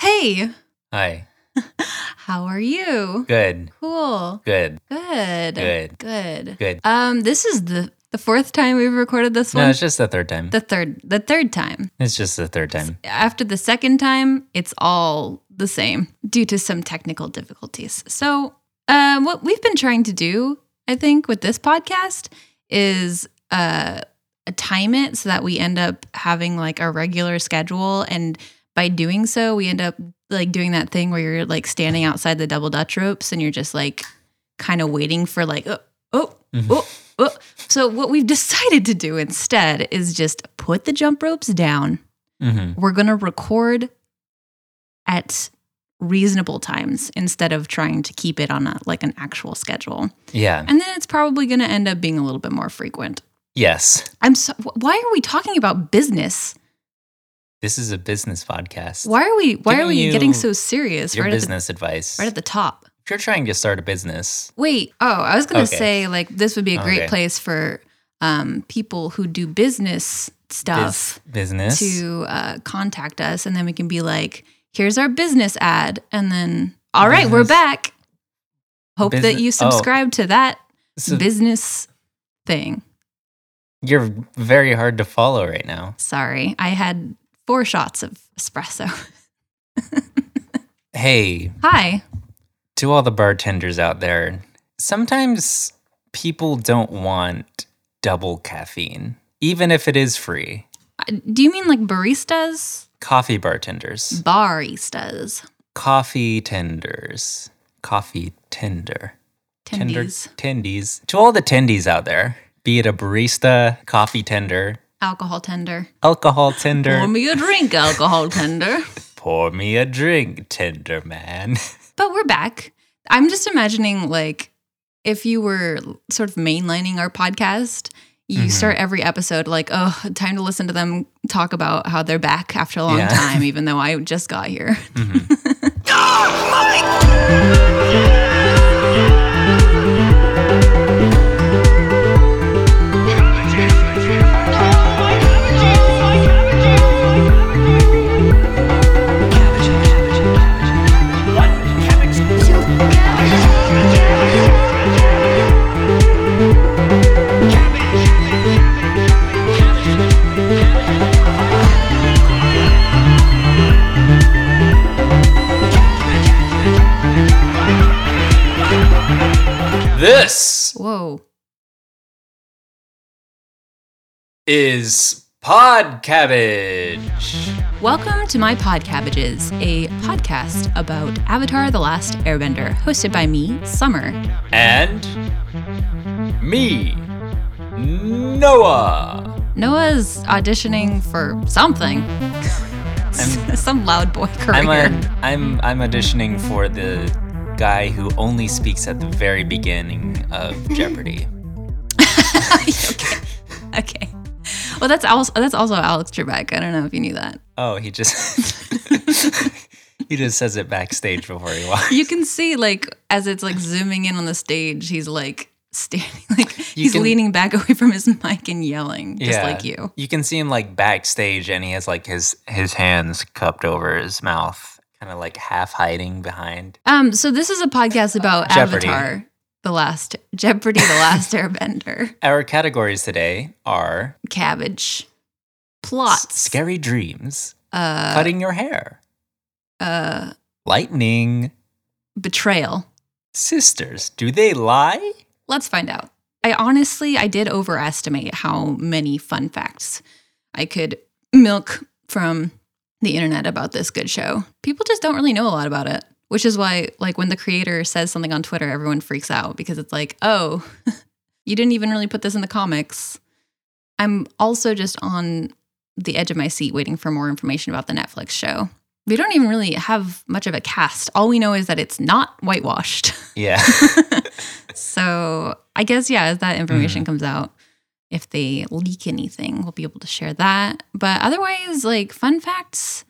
Hey, Hi. how are you? Good. Cool. Good. Good. Good. Good. Good. Um, this is the the fourth time we've recorded this one. No, it's just the third time. the third the third time. It's just the third time. After the second time, it's all the same due to some technical difficulties. So, um, what we've been trying to do, I think, with this podcast is uh, time it so that we end up having like a regular schedule. And by doing so, we end up like doing that thing where you're like standing outside the double Dutch ropes and you're just like kind of waiting for like, oh, oh, Mhm. oh, oh. So, what we've decided to do instead is just put the jump ropes down hmm we're going to record at reasonable times instead of trying to keep it on a like an actual schedule. Yeah. And then it's probably going to end up being a little bit more frequent. Yes. I'm so wh- why are we talking about business? This is a business podcast. Why are we why are Giving we you getting so serious Your right at the business advice. right at the top? if you're trying to start a business, Wait, oh, I was going to Okay. say like this would be a great Okay. place for um people who do business stuff. bus- business. to uh, contact us, and then we can be like, "Here's our business ad," and then, all right, we're Business- back. Hope that Business- you oh. subscribe to that So business thing. you're very hard to follow right now. Sorry, I had four shots of espresso. Hey, Hi. to all the bartenders out there, sometimes people don't want double caffeine, even if it is free. Uh, Do you mean like baristas? Coffee Mm. bartenders, Baristas. coffee tenders, coffee tender. tender Tendies. tendies to all the tendies out there be it a barista coffee tender Alcohol tender. alcohol tender Pour me a drink, alcohol tender. pour me a drink tender man But we're back. I'm just imagining like if you were sort of mainlining our podcast, you Mhm. start every episode like, oh, time to listen to them talk about how they're back after a long Yeah. time, even though I just got here. this Whoa. is pod cabbage Welcome to My Pod Cabbages, a podcast about Avatar The Last Airbender, hosted by me, Summer. and me noah Noah's auditioning for something. Some loud boy career. i'm a, i'm i'm auditioning for the guy who only speaks at the very beginning of jeopardy okay. Okay. Well, that's also that's also Alex Trebek. I don't know if you knew that. Oh, he just he just says it backstage before he walks. You can see like as it's like zooming in on the stage, he's like standing like You he's can- leaning back away from his mic and yelling, just Yeah. like you. You can see him like backstage, and he has like his his hands cupped over his mouth, kind of like half hiding behind. Um, so this is a podcast about Jeopardy. Avatar, the last Jeopardy, the last Airbender, Our categories today are cabbage, s- plots, scary dreams, uh, cutting your hair, uh, lightning, betrayal. sisters. Do they lie? Let's find out. I honestly, I did overestimate how many fun facts I could milk from the internet about this good show. People just don't really know a lot about it, which is why, like, when the creator says something on Twitter, everyone freaks out because it's like, oh, you didn't even really put this in the comics. I'm also just on the edge of my seat waiting for more information about the Netflix show. We don't even really have much of a cast. All we know is that it's not whitewashed. Yeah. so I guess yeah, as that information comes out, if they leak anything, we'll be able to share that. But otherwise, like fun facts,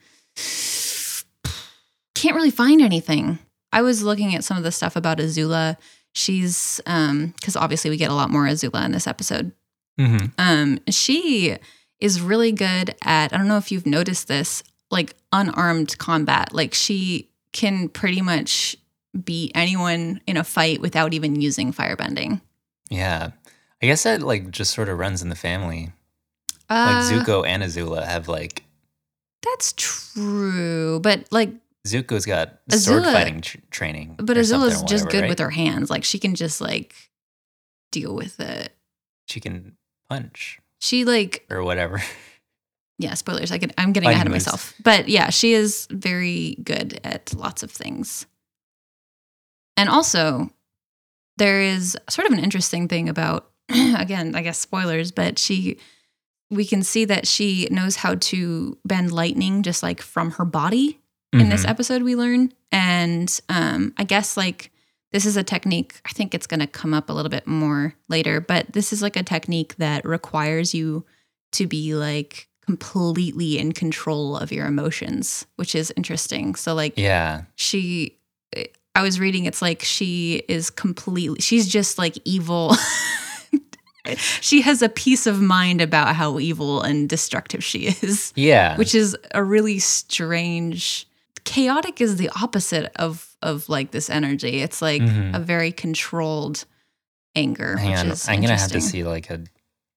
can't really find anything. I was looking at some of the stuff about Azula. She's um because obviously we get a lot more Azula in this episode. hmm Um, she is really good at I don't know if you've noticed this like unarmed combat. Like she can pretty much beat anyone in a fight without even using firebending. Yeah. I guess that like just sort of runs in the family. Uh, like Zuko and Azula have like That's true, but like, Zuko's got sword Azula- fighting tr- training. but or something Azula's or just whatever, good right? with her hands. Like she can just like deal with it. She can punch She like or whatever. yeah. Spoilers. I could, I'm getting Fighting ahead of moves. myself, but yeah, she is very good at lots of things. And also, there is sort of an interesting thing about again, I guess spoilers, but she we can see that she knows how to bend lightning just like from her body in this Mhm. episode we learn and um i guess like this is a technique i think it's going to come up a little bit more later but this is like a technique that requires you to be like completely in control of your emotions which is interesting so like Yeah. she i was reading it's like she is completely she's just like evil she has a peace of mind about how evil and destructive she is Yeah. which is a really strange chaotic is the opposite of of like this energy it's like Mhm. a very controlled anger Hang which on. is I'm going to have to interesting. see like a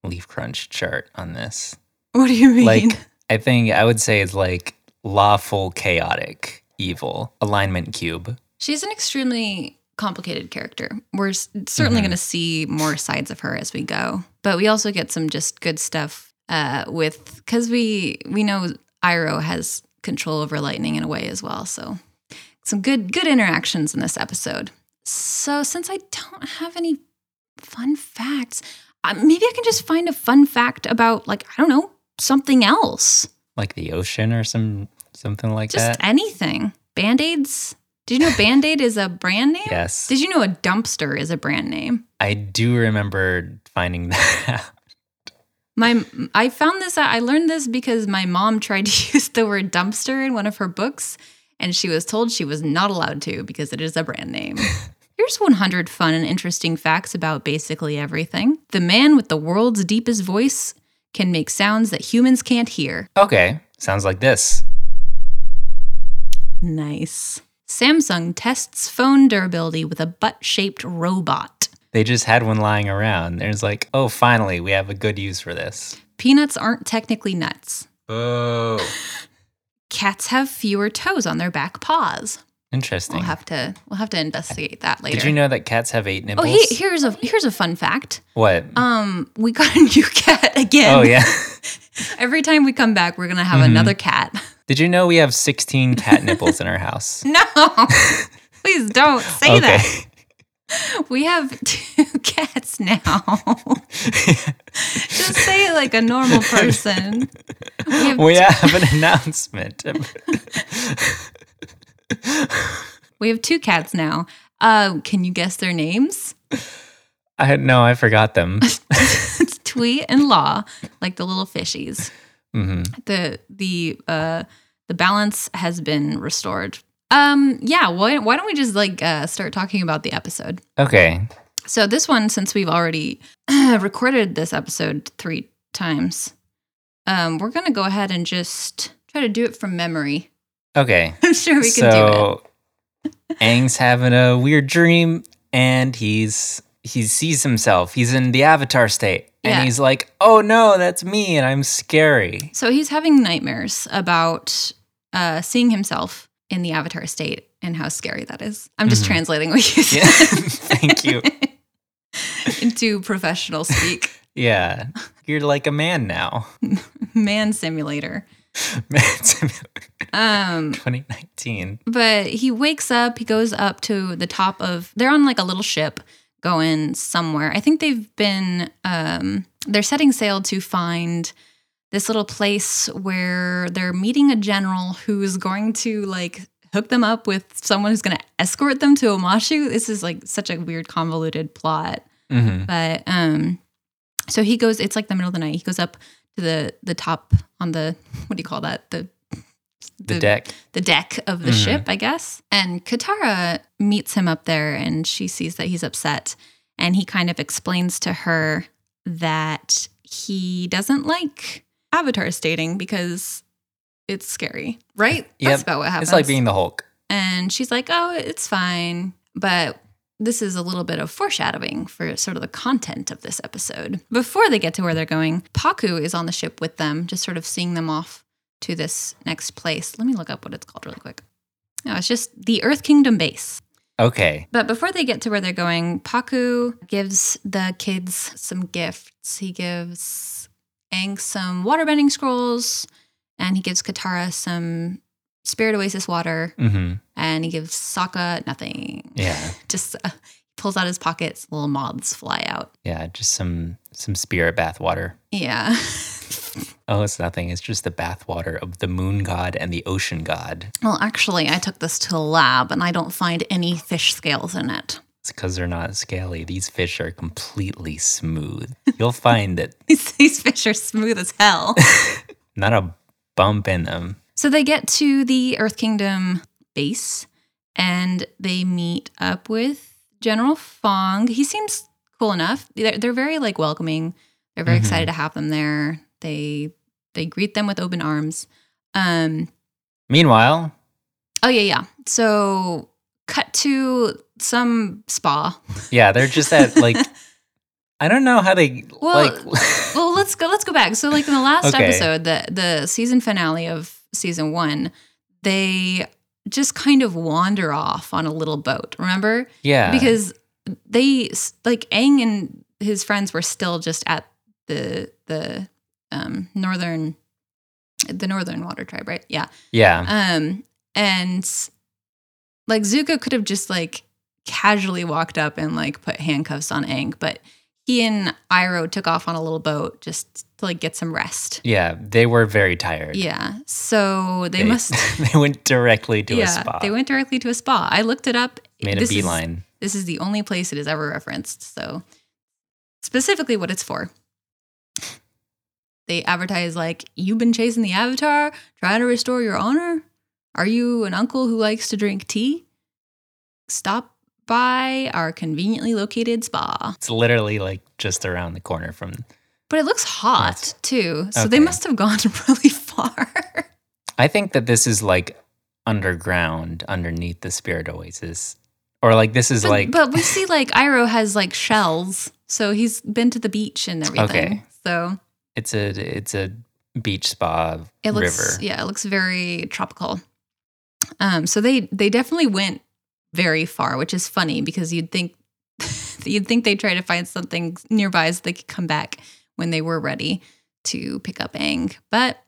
leaf crunch chart on this. what do you mean Like, I think I would say it's like lawful, chaotic, evil, alignment cube. she's an extremely complicated character we're s- certainly Mhm. going to see more sides of her as we go but we also get some just good stuff uh with because we we know iro has control over lightning in a way as well so some good good interactions in this episode. So since I don't have any fun facts, uh, maybe I can just find a fun fact about like I don't know something else, like the ocean or some something like just that. anything. Band aids. Did you know Band Aid is a brand name? yes, Did you know a dumpster is a brand name? I do remember finding that. out. My I found this out. I learned this because my mom tried to use the word dumpster in one of her books, and she was told she was not allowed to because it is a brand name. Here's 100 fun and interesting facts about basically everything. The man with the world's deepest voice can make sounds that humans can't hear. Okay, sounds like this. Nice. Samsung tests phone durability with a butt-shaped robot. They just had one lying around. There's like, oh, finally, we have a good use for this. Peanuts aren't technically nuts. Oh, Cats have fewer toes on their back paws. interesting. We'll have to we'll have to investigate that later. Did you know that cats have eight oh, nipples? he, here's a here's a fun fact. what? Um, we got a new cat again. oh yeah. Every time we come back, we're gonna have Mhm. another cat. Did you know we have 16 cat nipples in our house? No, please don't say that. We have two cats now. Just say it like a normal person. We have, we have an announcement. we have two cats now. Uh, can you guess their names? I no, I forgot them. it's Tweet and Law, like the little fishies. hmm the the uh the balance has been restored. Um yeah, why why don't we just like uh start talking about the episode? Okay, So this one since we've already recorded this episode 3 times. Um we're going to go ahead and just try to do it from memory. okay. I'm sure we can do it. so Aang's having a weird dream and he's he sees himself. He's in the avatar state. Yeah. And he's like, oh no, that's me and I'm scary. So he's having nightmares about uh seeing himself in the avatar state and how scary that is. I'm just Mhm. translating what you Yeah. said Thank you. into professional speak. Yeah. You're like a man now. Man simulator. It's Um, 2019. but he wakes up, he goes up to the top of they're on like a little ship going somewhere. I think they've been um they're setting sail to find this little place where they're meeting a general who's going to like hook them up with someone who's going to escort them to Omashu. This is like such a weird convoluted plot. hmm But um so he goes it's like the middle of the night. He goes up to the the top on the what do you call that? The The, deck. the deck of the Mhm. ship, I guess. And Katara meets him up there and she sees that he's upset. And he kind of explains to her that he doesn't like avatar stating because It's scary, right? Yep. That's about what happens. It's like being the Hulk. and she's like, "Oh, it's fine." But this is a little bit of foreshadowing for sort of the content of this episode. Before they get to where they're going, Paku is on the ship with them, just sort of seeing them off to this next place. Let me look up what it's called really quick. No, it's just the Earth Kingdom base. Okay. But before they get to where they're going, Paku gives the kids some gifts. He gives Aang some waterbending scrolls, and he gives Katara some Spirit Oasis water, hmm and he gives Sokka nothing. Yeah. Just uh, pulls out his pockets, little moths fly out. Yeah. Just some some spirit bath water. Yeah. Oh, it's nothing. It's just the bath water of the moon god and the ocean god. well, actually, I took this to the lab, and I don't find any fish scales in it. It's because they're not scaly. These fish are completely smooth. You'll find that These fish are smooth as hell. not a bump in them. So they get to the Earth Kingdom base and they meet up with General Fong. He seems cool enough. They're, they're very like welcoming. They're very Mhm. excited to have them there. They they greet them with open arms. Um Meanwhile, oh yeah, yeah. So cut to some spa. yeah, they're just at like I don't know how they Well, like well, let's go let's go back. So like in the last Okay. episode, the the season finale of season 1, they just kind of wander off on a little boat. Remember? Yeah. because they s- like Aang and his friends were still just at the the um northern the northern water tribe, right? Yeah. Yeah. Um and like Zuko could have just like casually walked up and like put handcuffs on Aang, but he and Iroh took off on a little boat just to like get some rest. Yeah. They were very tired. Yeah. So they, must they went directly to yeah, a spa. They went directly to a spa. I looked it up. made a This is- beeline. This is the only place it is ever referenced. So, specifically, what it's for. They advertise like, "You've been chasing the Avatar, trying to restore your honor. Are you an uncle who likes to drink tea? Stop by our conveniently located spa." It's literally like just around the corner from But it looks hot That's- too, so they okay. must have gone really far. I think that this is like underground underneath the spirit oasis. Or like this is but, like but we see like Iroh has like shells, so he's been to the beach and everything. Okay. So it's a it's a beach spa It looks river. yeah, it looks very tropical. Um, so they they definitely went very far, which is funny because you'd think you'd think they try to find something nearby so they could come back when they were ready to pick up Aang. But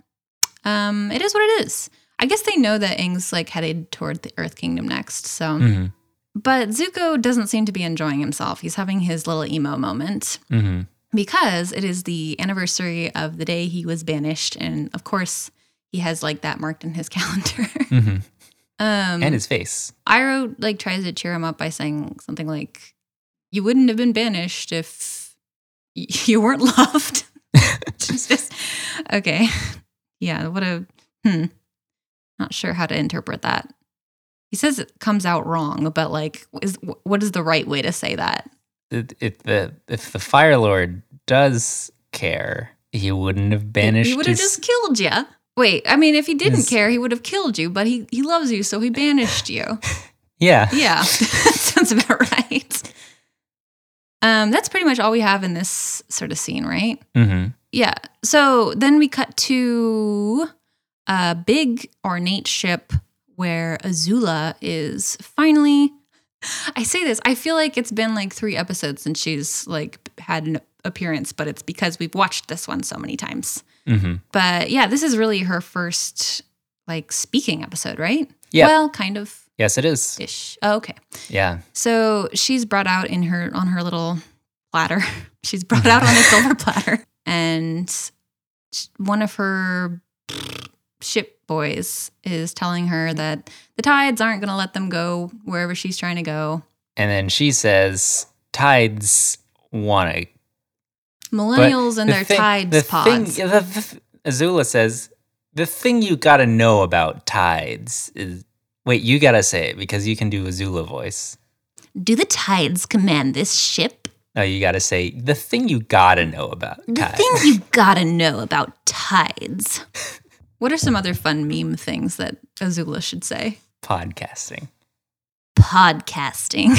um, it is what it is. I guess they know that Aang's like headed toward the Earth Kingdom next. So, Mhm. but Zuko doesn't seem to be enjoying himself. He's having his little emo moment Mhm. because it is the anniversary of the day he was banished and of course he has like that marked in his calendar Mhm. um And his face. Iroh like tries to cheer him up by saying something like you wouldn't have been banished if y- you weren't loved It's just okay yeah what a hmm not sure how to interpret that he says it comes out wrong but like is what is the right way to say that If if the if the Fire Lord does care, he wouldn't have banished. He would have his- just killed you. Wait, I mean, if he didn't His- care, he would have killed you, but he, he loves you, so he banished you. yeah Yeah, sounds about right. Um, that's pretty much all we have in this sort of scene, right? hmm Yeah. So then we cut to a big ornate ship where Azula is finally. I say this, I feel like it's been like three episodes since she's like had an appearance, but it's because we've watched this one so many times hmm but yeah, this is really her first like speaking episode, right? Yeah. Well, kind of Yes, it is. ish. Oh, okay. Yeah. So she's brought out in her on her little platter. she's brought out on a silver platter, and sh- one of her ship boys is telling her that the tides aren't going to let them go wherever she's trying to go. And then she says, "Tides want to." Millennials and their tides the pods. Thing, the, the, Azula says, "The thing you gotta know about tides is." Wait, you gotta say it because you can do Azula voice. Do the tides command this ship? No, you gotta say the thing you gotta know about The tides. thing you gotta know about tides. What are some other fun meme things that Azula should say? Podcasting. Podcasting.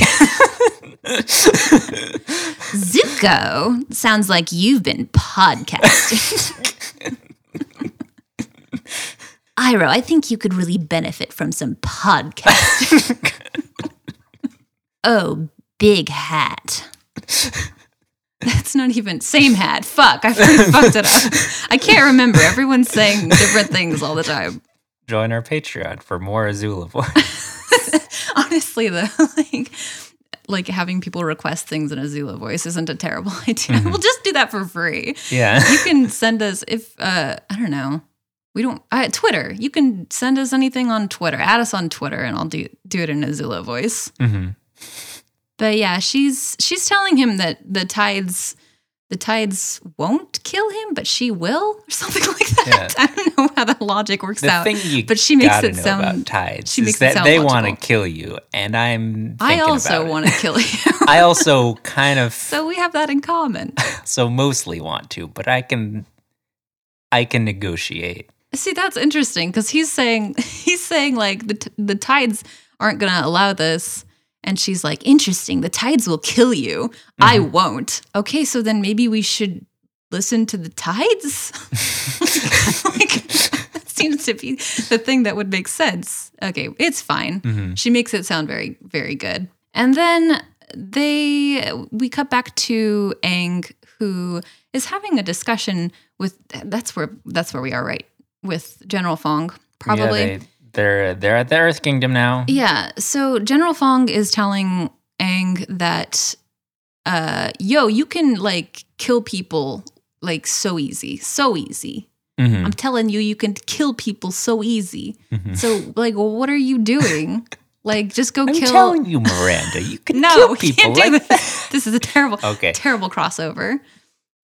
Zuko sounds like you've been podcasting. Iro, I think you could really benefit from some podcasting. oh, big hat. That's not even same hat. Fuck, I've already fucked it up. I can't remember. Everyone's saying different things all the time. Join our Patreon for more Azula voice. Honestly, though, like like having people request things in a Zula voice isn't a terrible idea. Mm-hmm. We'll just do that for free. yeah. You can send us if uh I don't know. We don't uh, Twitter. You can send us anything on Twitter. Add us on Twitter, and I'll do do it in a Zula voice. hmm But yeah, she's she's telling him that the tides the tides won't kill him, but she will, or something like that. I don't know how the logic works The out. thing you but she makes gotta it know sound- about tides she makes is it that sound they want to logical. kill you, and I'm. I thinking also about want to kill you. It. I also kind of so, so we have that in common. mostly want to, but I can, I can negotiate. See, that's interesting because he's saying he's saying like the t- the tides aren't going to allow this, and she's like, "Interesting. The tides will kill you. I won't." Okay, so then maybe we should listen to the tides. like, that seems to be the thing that would make sense. Okay, it's fine. hmm She makes it sound very, very good. And then they we cut back to Aang, who is having a discussion with that's where that's where we are, right? With General Fong, probably. Yeah, they, are they're at the Earth Kingdom now. Yeah. So General Fong is telling Aang that, uh, yo, you can like kill people like so easy, so easy. Mhm, I'm telling you, you can kill people so easy. mhm. So like, what are you doing? Like, just go I'm kill. telling you, Miranda, you can No, kill we can't people do like this. This is a terrible, Okay. terrible crossover.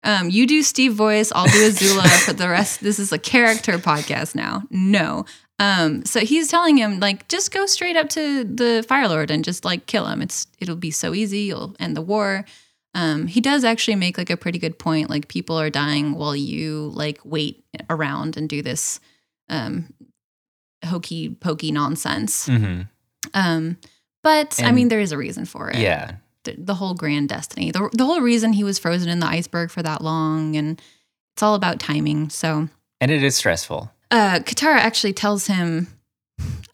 Um, you do Steve voice, I'll do Azula for the rest. This is a character podcast now. No. Um, so he's telling him like, just go straight up to the Fire Lord and just like kill him. It's it'll be so easy. You'll end the war. Um, he does actually make like a pretty good point. Like people are dying while you like wait around and do this um, hokey pokey nonsense. hmm Um, but I And- mean, there is a reason for it Yeah. the, the whole grand destiny. The, the whole reason he was frozen in the iceberg for that long, and it's all about timing. So, And it is stressful. uh, Katara actually tells him,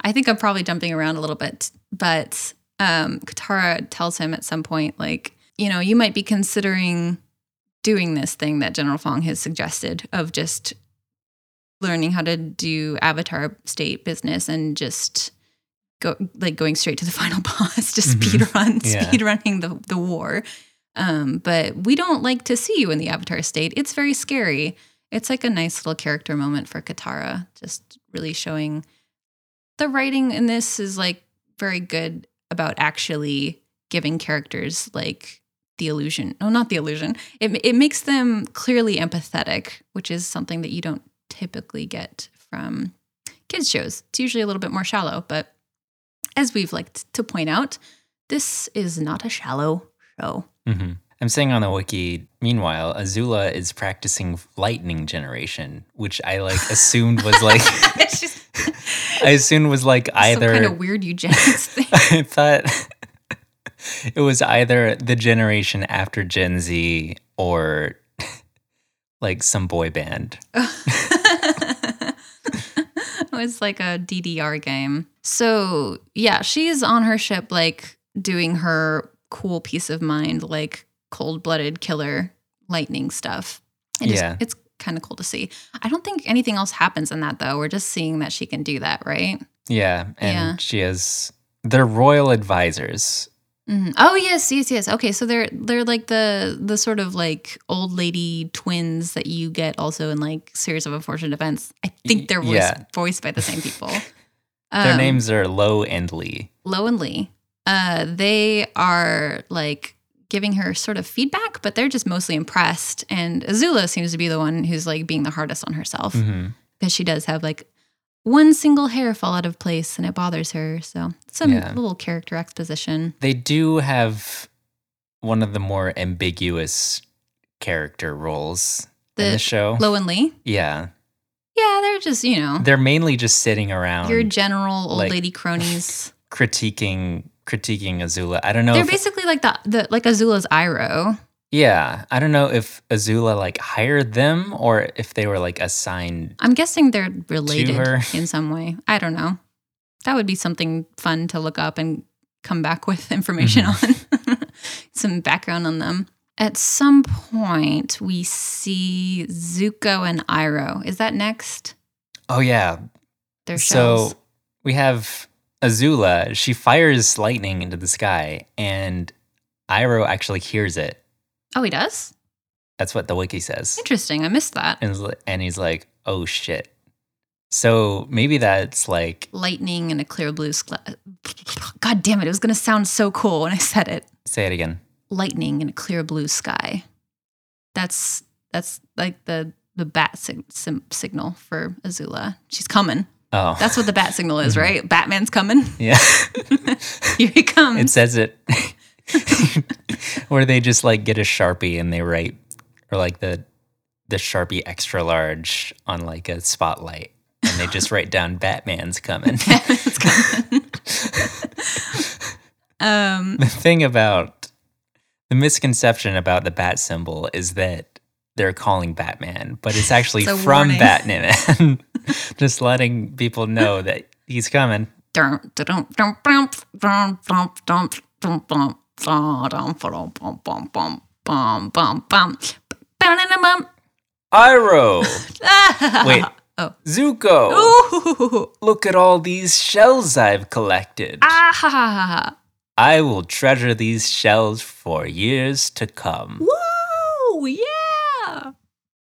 I think I'm probably jumping around a little bit, but um, Katara tells him at some point, like, you know, you might be considering doing this thing that General Fong has suggested of just learning how to do avatar state business and just go like going straight to the final boss, just Mhm. speed run, Yeah. speed running the, the war. Um, but we don't like to see you in the avatar state. It's very scary. It's like a nice little character moment for Katara, just really showing the writing in this is like very good about actually giving characters like the illusion. No, not the illusion. It it makes them clearly empathetic, which is something that you don't typically get from kids shows. It's usually a little bit more shallow, but as we've liked to point out, this is not a shallow show. hmm I'm saying on the wiki, meanwhile, Azula is practicing lightning generation, which I like assumed was like, it's just I assumed was like either. some kind of weird eugenics thing. I thought it was either the generation after Gen Z or like some boy band. it was like a DDR game. So, yeah, she's on her ship, like doing her cool peace of mind, like cold blooded killer lightning stuff. It is- Yeah. it's kind of cool to see. I don't think anything else happens in that, though. We're just seeing that she can do that, right? Yeah. And Yeah. she has, they're royal advisors. Mhm. Oh yes, yes, yes. Okay, so they're they're like the the sort of like old lady twins that you get also in like series of unfortunate events. I think they're voiced, Yeah. voiced by the same people. Their Um, names are Lo and Lee. Lo and Lee. Uh, they are like giving her sort of feedback, but they're just mostly impressed. And Azula seems to be the one who's like being the hardest on herself because Mhm. she does have like one single hair fall out of place and it bothers her. So some Yeah. little character exposition. They do have one of the more ambiguous character roles in The the show. Lo and Lee. yeah. Yeah, they're just, you know, They're mainly just sitting around your general old like- lady cronies. critiquing critiquing Azula. I don't know They're if basically like the, the like Azula's Iroh. Yeah, I don't know if Azula like hired them or if they were like assigned. I'm guessing they're related her. in some way. I don't know. That would be something fun to look up and come back with information Mm-hmm. on. some background on them. At some point, we see Zuko and Iroh. Is that next? Oh yeah. Their So shells. we have Azula, she fires lightning into the sky and Iroh actually hears it. Oh, he does? That's what the wiki says. Interesting. I missed that. And, he's li- and he's like, "Oh shit." So maybe that's like Lightning and a clear blue sky. God damn it. It was going to sound so cool when I said it. say it again. lightning in a clear blue sky. That's that's like the the bat sig- sim- signal for Azula. She's coming. Oh. That's what the bat signal is, Mhm. right? Batman's coming. Yeah. Here he comes. it says it. or they just like get a Sharpie and they write or like the the Sharpie extra large on like a spotlight and they just write down Batman's coming. Batman's coming. um, the thing about the misconception about the bat symbol is that they're calling Batman, but it's actually It's a from warning. Batman. just letting people know that he's coming. dun, dun, dun, dun, dun, dun, dun, dun, dun, dun, dun, dun, dun, dun, dun, dun, dun, dun, dun. Ba-da-da-bum. Iroh, Ah! Wait. Oh. Zuko, Ooh. look at all these shells I've collected. Ah, ha, ha, ha, ha. I will treasure these shells for years to come. Whoa! Yeah!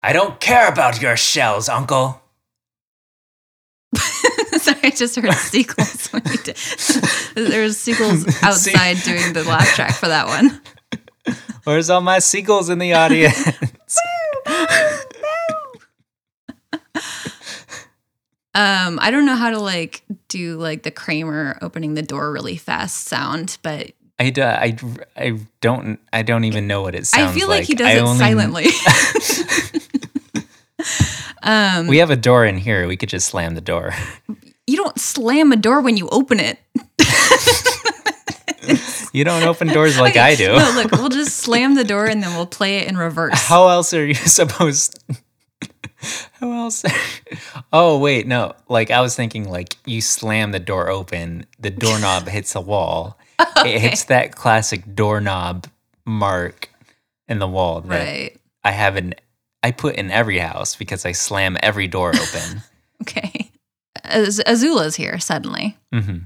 I don't care about your shells, Uncle. Sorry, I just heard sequels when you did. there was sequels outside doing the laugh track for that one. Where's all my seagulls in the audience? Um, I don't know how to like do like the Kramer opening the door really fast sound, but I, do, I, I don't I don't even know what it sounds I like. feel like, he does I it only- silently. um, We have a door in here. We could just slam the door. you don't slam a door when you open it. You don't open doors like I do. No, look, we'll just slam the door and then we'll play it in reverse. How else are you supposed? How else? oh wait, no. Like I was thinking, like you slam the door open, the doorknob hits a wall. It hits that classic doorknob mark in the wall that right. I have in. I put in every house because I slam every door open. Okay. Az- Azula's here suddenly. hmm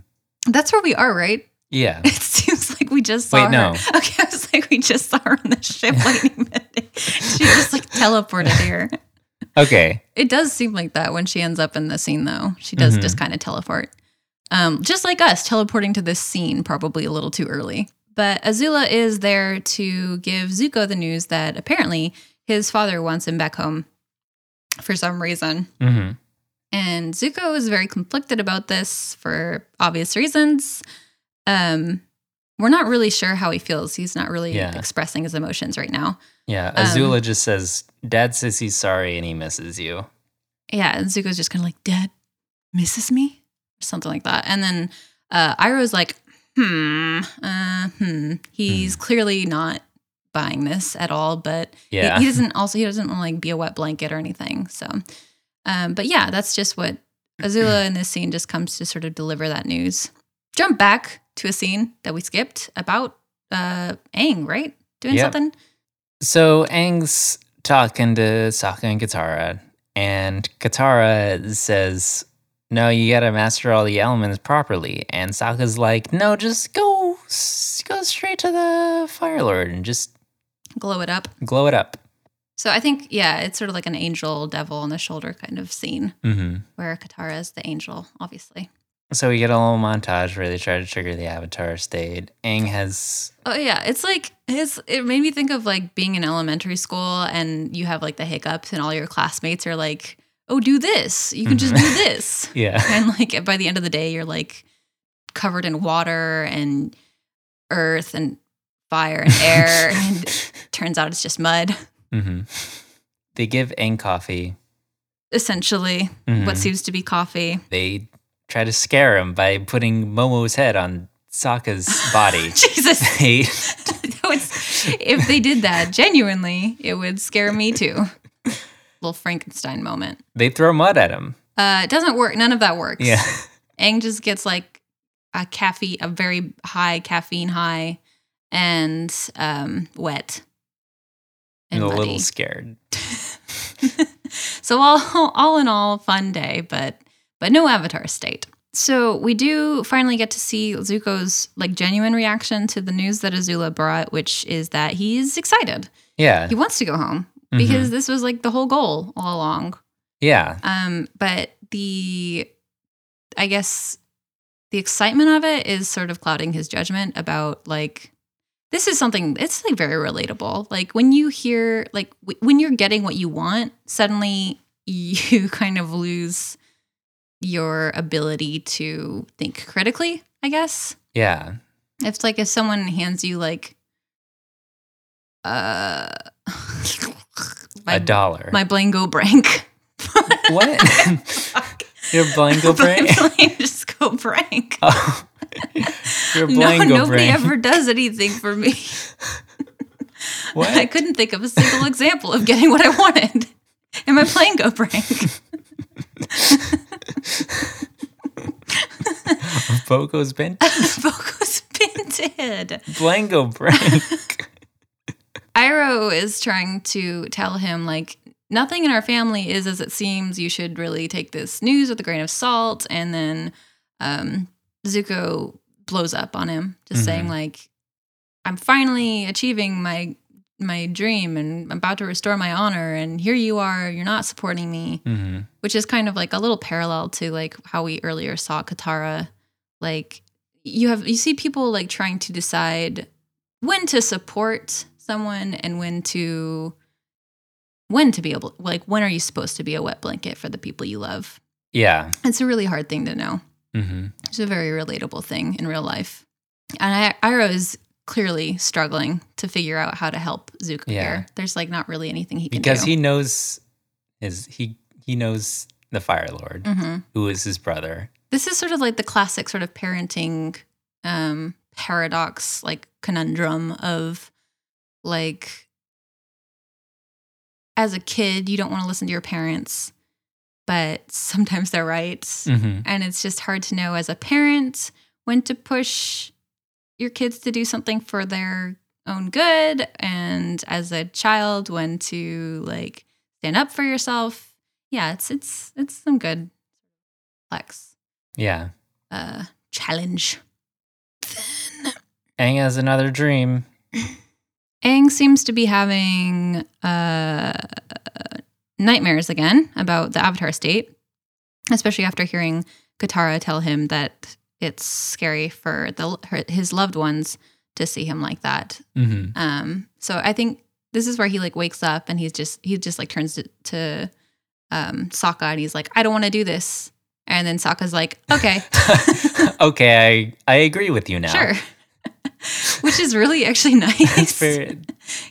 That's where we are, right? Yeah. It seems like we just saw Wait, her. no. Okay, I was like, we just saw her on the ship lightning bending. She just like teleported here. Okay. It does seem like that when she ends up in the scene, though. She does Mhm. just kind of teleport. Um, just like us, teleporting to this scene probably a little too early. But Azula is there to give Zuko the news that apparently his father wants him back home for some reason. hmm And Zuko is very conflicted about this for obvious reasons. Um, we're not really sure how he feels. He's not really Yeah. expressing his emotions right now. Yeah. Um, Azula just says, "Dad says he's sorry and he misses you." Yeah, and Zuko's just kind of like, Dad misses me? Or something like that. And then uh, Iroh's like, hmm, uh, hmm. He's clearly not buying this at all, but he- Yeah. he, doesn't also, he doesn't want to like be a wet blanket or anything. So, um, but yeah, that's just what Azula in this scene just comes to sort of deliver that news. Jump back to a scene that we skipped about uh Aang, right? Doing Yep. something. So Aang's talking to Sokka and Katara, and Katara says, "No, you gotta master all the elements properly." And Sokka's like, "No, just go, s- go straight to the Fire Lord and just Glow it up. glow it up." So I think, yeah, it's sort of like an angel devil on the shoulder kind of scene Mm-hmm. where Katara is the angel, obviously. So we get a little montage where they try to trigger the Avatar state. Aang has Oh yeah. It's like it's it made me think of like being in elementary school and you have like the hiccups and all your classmates are like, Oh, do this. You can just do this. yeah, and like by the end of the day you're like covered in water and earth and fire and air Mm-hmm. and turns out it's just mud hmm They give Aang coffee, essentially Mhm. what seems to be coffee. they try to scare him by putting Momo's head on Sokka's body. Jesus. they, That was- if they did that genuinely, it would scare me too. Little Frankenstein moment. they throw mud at him. Uh, it doesn't work. None of that works. Yeah. Aang just gets like a caffeine, a very high caffeine high, and um, wet And, and, a little muddy. scared. so all all in all, fun day, but but no avatar state. So we do finally get to see Zuko's like genuine reaction to the news that Azula brought, which is that he's excited. Yeah. He wants to go home Mhm. because this was like the whole goal all along. Yeah. Um, but the, I guess, the excitement of it is sort of clouding his judgment about like, this is something. It's like very relatable. Like when you hear like w- when you're getting what you want, suddenly you kind of lose your ability to think critically. I guess Yeah. it's like if someone hands you like, uh, a dollar. my brain go blank. what? Fuck. Your blango brain? My brain just go blank. oh. Your No, blango nobody brain. ever does anything for me. I what? couldn't think of a single example of getting what I wanted. And my plane go blank. Bogo's been Bogo's painted. blango brain. Iro is trying to tell him like nothing in our family is as it seems. You should really take this news with a grain of salt. And then um, Zuko blows up on him, just Mhm. saying like, "I'm finally achieving my my dream and I'm about to restore my honor. And here you are. You're not supporting me." hmm which is kind of like a little parallel to like how we earlier saw Katara. Like you have you see people like trying to decide when to support someone and when to when to be able like when are you supposed to be a wet blanket for the people you love? Yeah. It's a really hard thing to know. hmm It's a very relatable thing in real life. And I Iroh is clearly struggling to figure out how to help Zuko Yeah. here. There's like not really anything he can Because do. he knows his he he knows the Fire Lord, Mhm. who is his brother. this is sort of like the classic sort of parenting um paradox like conundrum of like as a kid you don't want to listen to your parents but sometimes they're right Mm-hmm. and it's just hard to know as a parent when to push your kids to do something for their own good and as a child when to like stand up for yourself yeah it's it's it's some good flex Yeah. uh, challenge. Aang has another dream. Aang seems to be having uh, nightmares again about the Avatar state, especially after hearing Katara tell him that it's scary for the, her, his loved ones to see him like that. Mm-hmm. Um, so I think this is where he like wakes up and he's just he just like turns to, to um, Sokka and he's like, I don't want to do this. And then Sokka's like, okay. okay, I I agree with you now. Sure. Which is really actually That's nice. very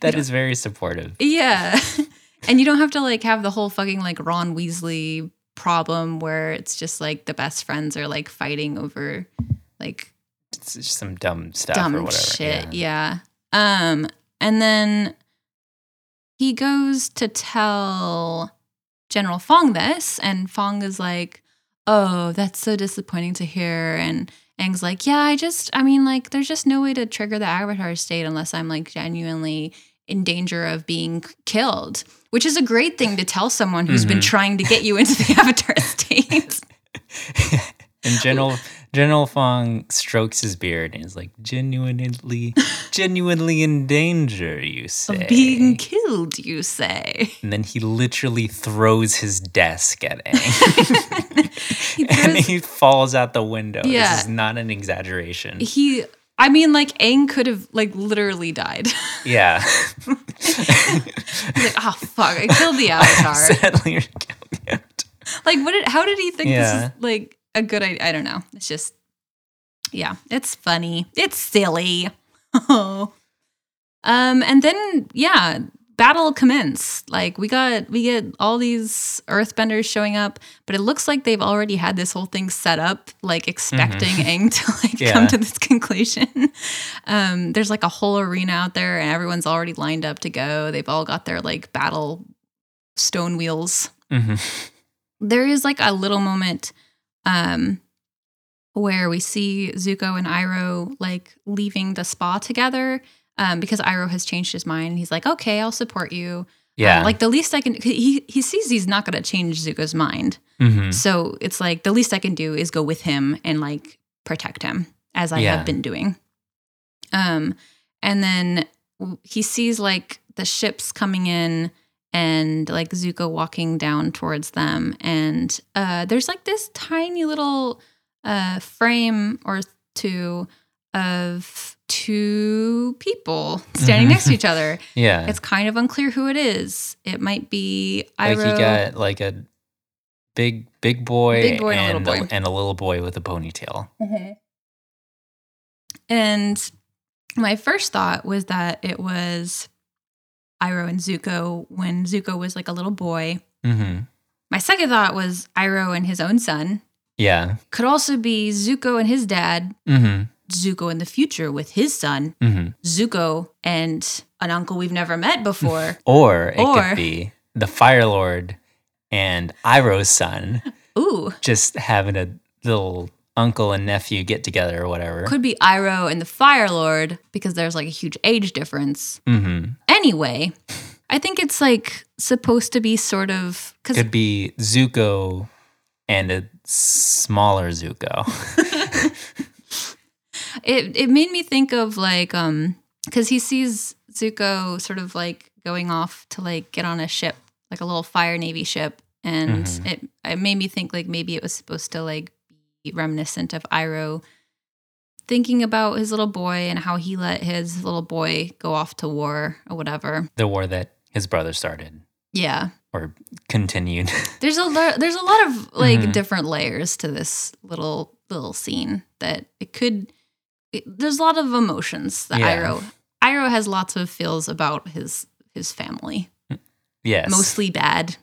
that is very supportive. yeah. And you don't have to like have the whole fucking like Ron Weasley problem where it's just like the best friends are like fighting over like It's just some dumb stuff or dumb whatever. shit. Yeah. Um and then he goes to tell General Fong this and Fong is like, "Oh, that's so disappointing to hear." And Aang's like, "Yeah, I just I mean like there's just no way to trigger the avatar state unless I'm like genuinely in danger of being killed." Which is a great thing to tell someone who's been Mhm. trying to get you into the avatar state. and General General Fong strokes his beard and is like, genuinely, genuinely in danger. You say of being killed, you say. and then he literally throws his desk at Aang. He and throws- he falls out the window. Yeah. This is not an exaggeration. he I mean like Aang could have like literally died. yeah. He's like, oh fuck, I killed the avatar. Sadly, you're counting out. like what did, how did he think Yeah. this is like a good idea? I don't know. It's just yeah, it's funny. It's silly. Oh. Um and then yeah, battle commence. Like we got we get all these earthbenders showing up, but it looks like they've already had this whole thing set up, like expecting Aang to like Mm-hmm. Yeah. come to this conclusion. Um, there's like a whole arena out there and everyone's already lined up to go. They've all got their like battle stone wheels. hmm There is like a little moment um where we see Zuko and Iroh like leaving the spa together. Um, because Iroh has changed his mind. He's like, okay, I'll support you. Yeah. Uh, like the least I can, he he sees he's not going to change Zuko's mind, hmm so it's like the least I can do is go with him and like protect him as I Yeah. have been doing. Um, and then w- he sees like the ships coming in and like Zuko walking down towards them, and uh, there's like this tiny little uh frame or two of two people standing Mhm. next to each other. Yeah. It's kind of unclear who it is. It might be like Iroh. you got like a big big boy, Big boy and a and, little boy. and a little boy with a ponytail. Mm-hmm. And my first thought was that it was Iroh and Zuko when Zuko was like a little boy. hmm My second thought was Iroh and his own son. Yeah. Could also be Zuko and his dad, hmm Zuko in the future with his son, hmm Zuko and an uncle we've never met before. Or it Or- could be the Fire Lord and Iroh's son Ooh, just having a little uncle and nephew get together or whatever. could be Iroh and the Fire Lord because there's like a huge age difference. hmm Anyway, I think it's like supposed to be sort of because Could be Zuko and a smaller Zuko. it it made me think of like um because he sees Zuko sort of like going off to like get on a ship like a little fire navy ship and Mhm. it it made me think like maybe it was supposed to like be reminiscent of Iroh thinking about his little boy and how he let his little boy go off to war or whatever. the war that his brother started Yeah. or continued. There's a lo- there's a lot of like Mhm. different layers to this little little scene that it could. It, there's a lot of emotions that Yeah. Iroh Iroh has lots of feels about his his family, yes. mostly bad,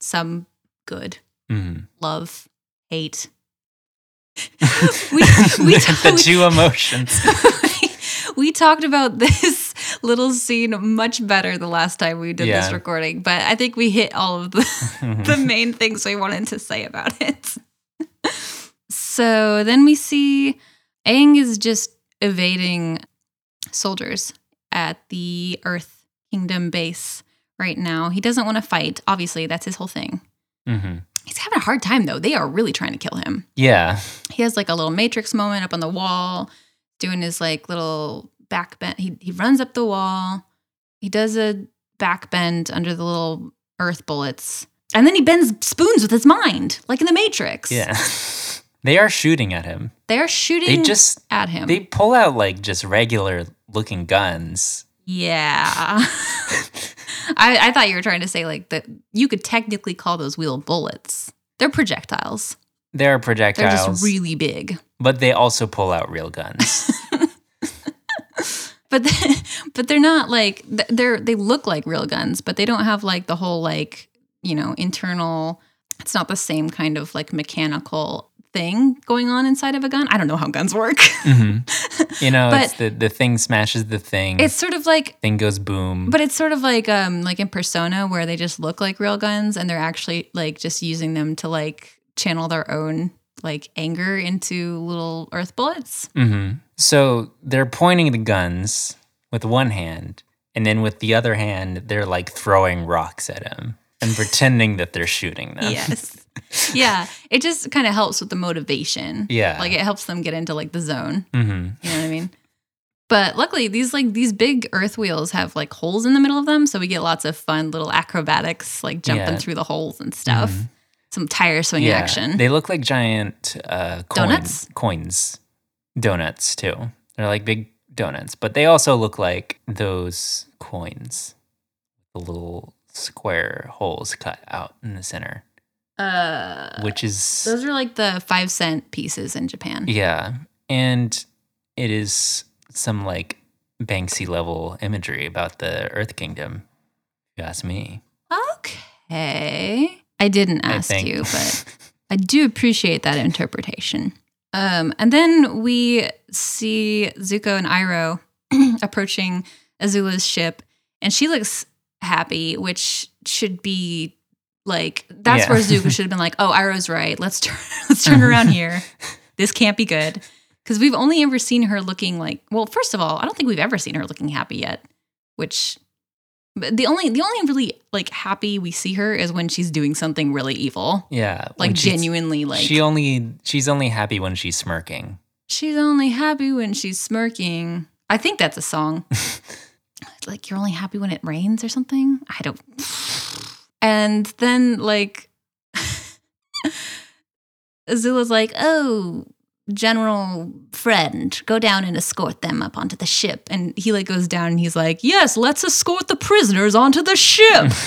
some good, Mhm. love, hate. we we, ta- the two emotions. we talked about this little scene much better the last time we did Yeah. this recording, but I think we hit all of the the Mhm. main things we wanted to say about it. so then we see Aang is just evading soldiers at the Earth Kingdom base right now. He doesn't want to fight. Obviously, that's his whole thing. Mhm. He's having a hard time though. They are really trying to kill him. Yeah. He has like a little matrix moment up on the wall, doing his like little back bend. He he runs up the wall. He does a back bend under the little earth bullets. And then he bends spoons with his mind, like in the Matrix. Yeah. They are shooting at him. They're shooting They just at him. they pull out like just regular looking guns. yeah. I, I thought you were trying to say like that you could technically call those wheel bullets. They're projectiles. They're They're projectiles, just really big. but they also pull out real guns. but they, but they're not like th- they're they look like real guns, but they don't have like the whole like you know internal. It's not the same kind of like mechanical thing going on inside of a gun. I don't know how guns work. Mhm. You know, But- it's the the thing smashes the thing. it's sort of like, thing goes boom. but it's sort of like um like in Persona where they just look like real guns and they're actually like just using them to like channel their own like anger into little earth bullets. hmm So they're pointing the guns with one hand, and then with the other hand, they're like throwing rocks at him and pretending that they're shooting them. Yes. yeah, it just kind of helps with the motivation. Yeah. Like it helps them get into like the zone. hmm You know what I mean? But luckily, these like these big earth wheels have like holes in the middle of them, so we get lots of fun little acrobatics, like jumping Yeah. Mm-hmm. through the holes and stuff. Some tire swing Yeah. action. They look like giant uh, coin, Donuts? Coins. Donuts, too. They're like big donuts, but they also look like those coins, the little square holes cut out in the center, uh, which is. those are like the five cent pieces in Japan. Yeah. And it is some like Banksy level imagery about the Earth Kingdom. You asked me. Okay. I didn't I ask think. you, but I do appreciate that interpretation. Um, and then we see Zuko and Iroh approaching Azula's ship, and she looks happy, which should be like that's Yeah. where Zuko should have been like, "Oh, Iroh's right. Let's turn let's turn around here. This can't be good." Because we've only ever seen her looking like well, first of all, I don't think we've ever seen her looking happy yet. Which but the only the only really like happy we see her is when she's doing something really evil, yeah, when like she's- genuinely like she only she's only happy when she's smirking. She's only happy when she's smirking. I think that's a song. It's like you're only happy when it rains or something. I don't. And then like Azula's like, "Oh, general friend, go down and escort them up onto the ship." And he like goes down and he's like, "Yes, let's escort the prisoners onto the ship."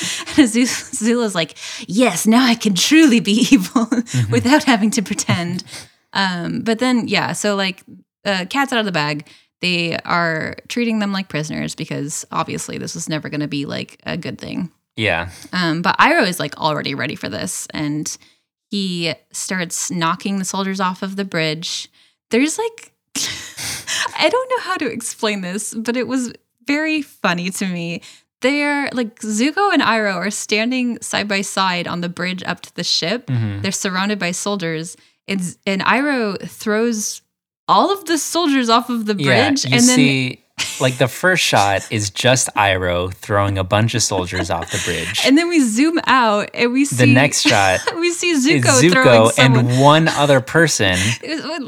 And Azu- Azula's like, yes, now I can truly be evil without having to pretend. Um, but then, yeah, so like, uh, cat's out of the bag. They are treating them like prisoners because obviously this was never going to be like a good thing. yeah, Um, but Iroh is like already ready for this, and he starts knocking the soldiers off of the bridge. There's like, I don't know how to explain this, but it was very funny to me. They're like Zuko and Iroh are standing side by side on the bridge up to the ship. Mhm. They're surrounded by soldiers. It's, and Iroh throws all of the soldiers off of the yeah. bridge, You and then see, like the first shot is just Iroh throwing a bunch of soldiers off the bridge. and then we zoom out and we the see next shot we see is Zuko, throwing Zuko someone. and one other person. It was-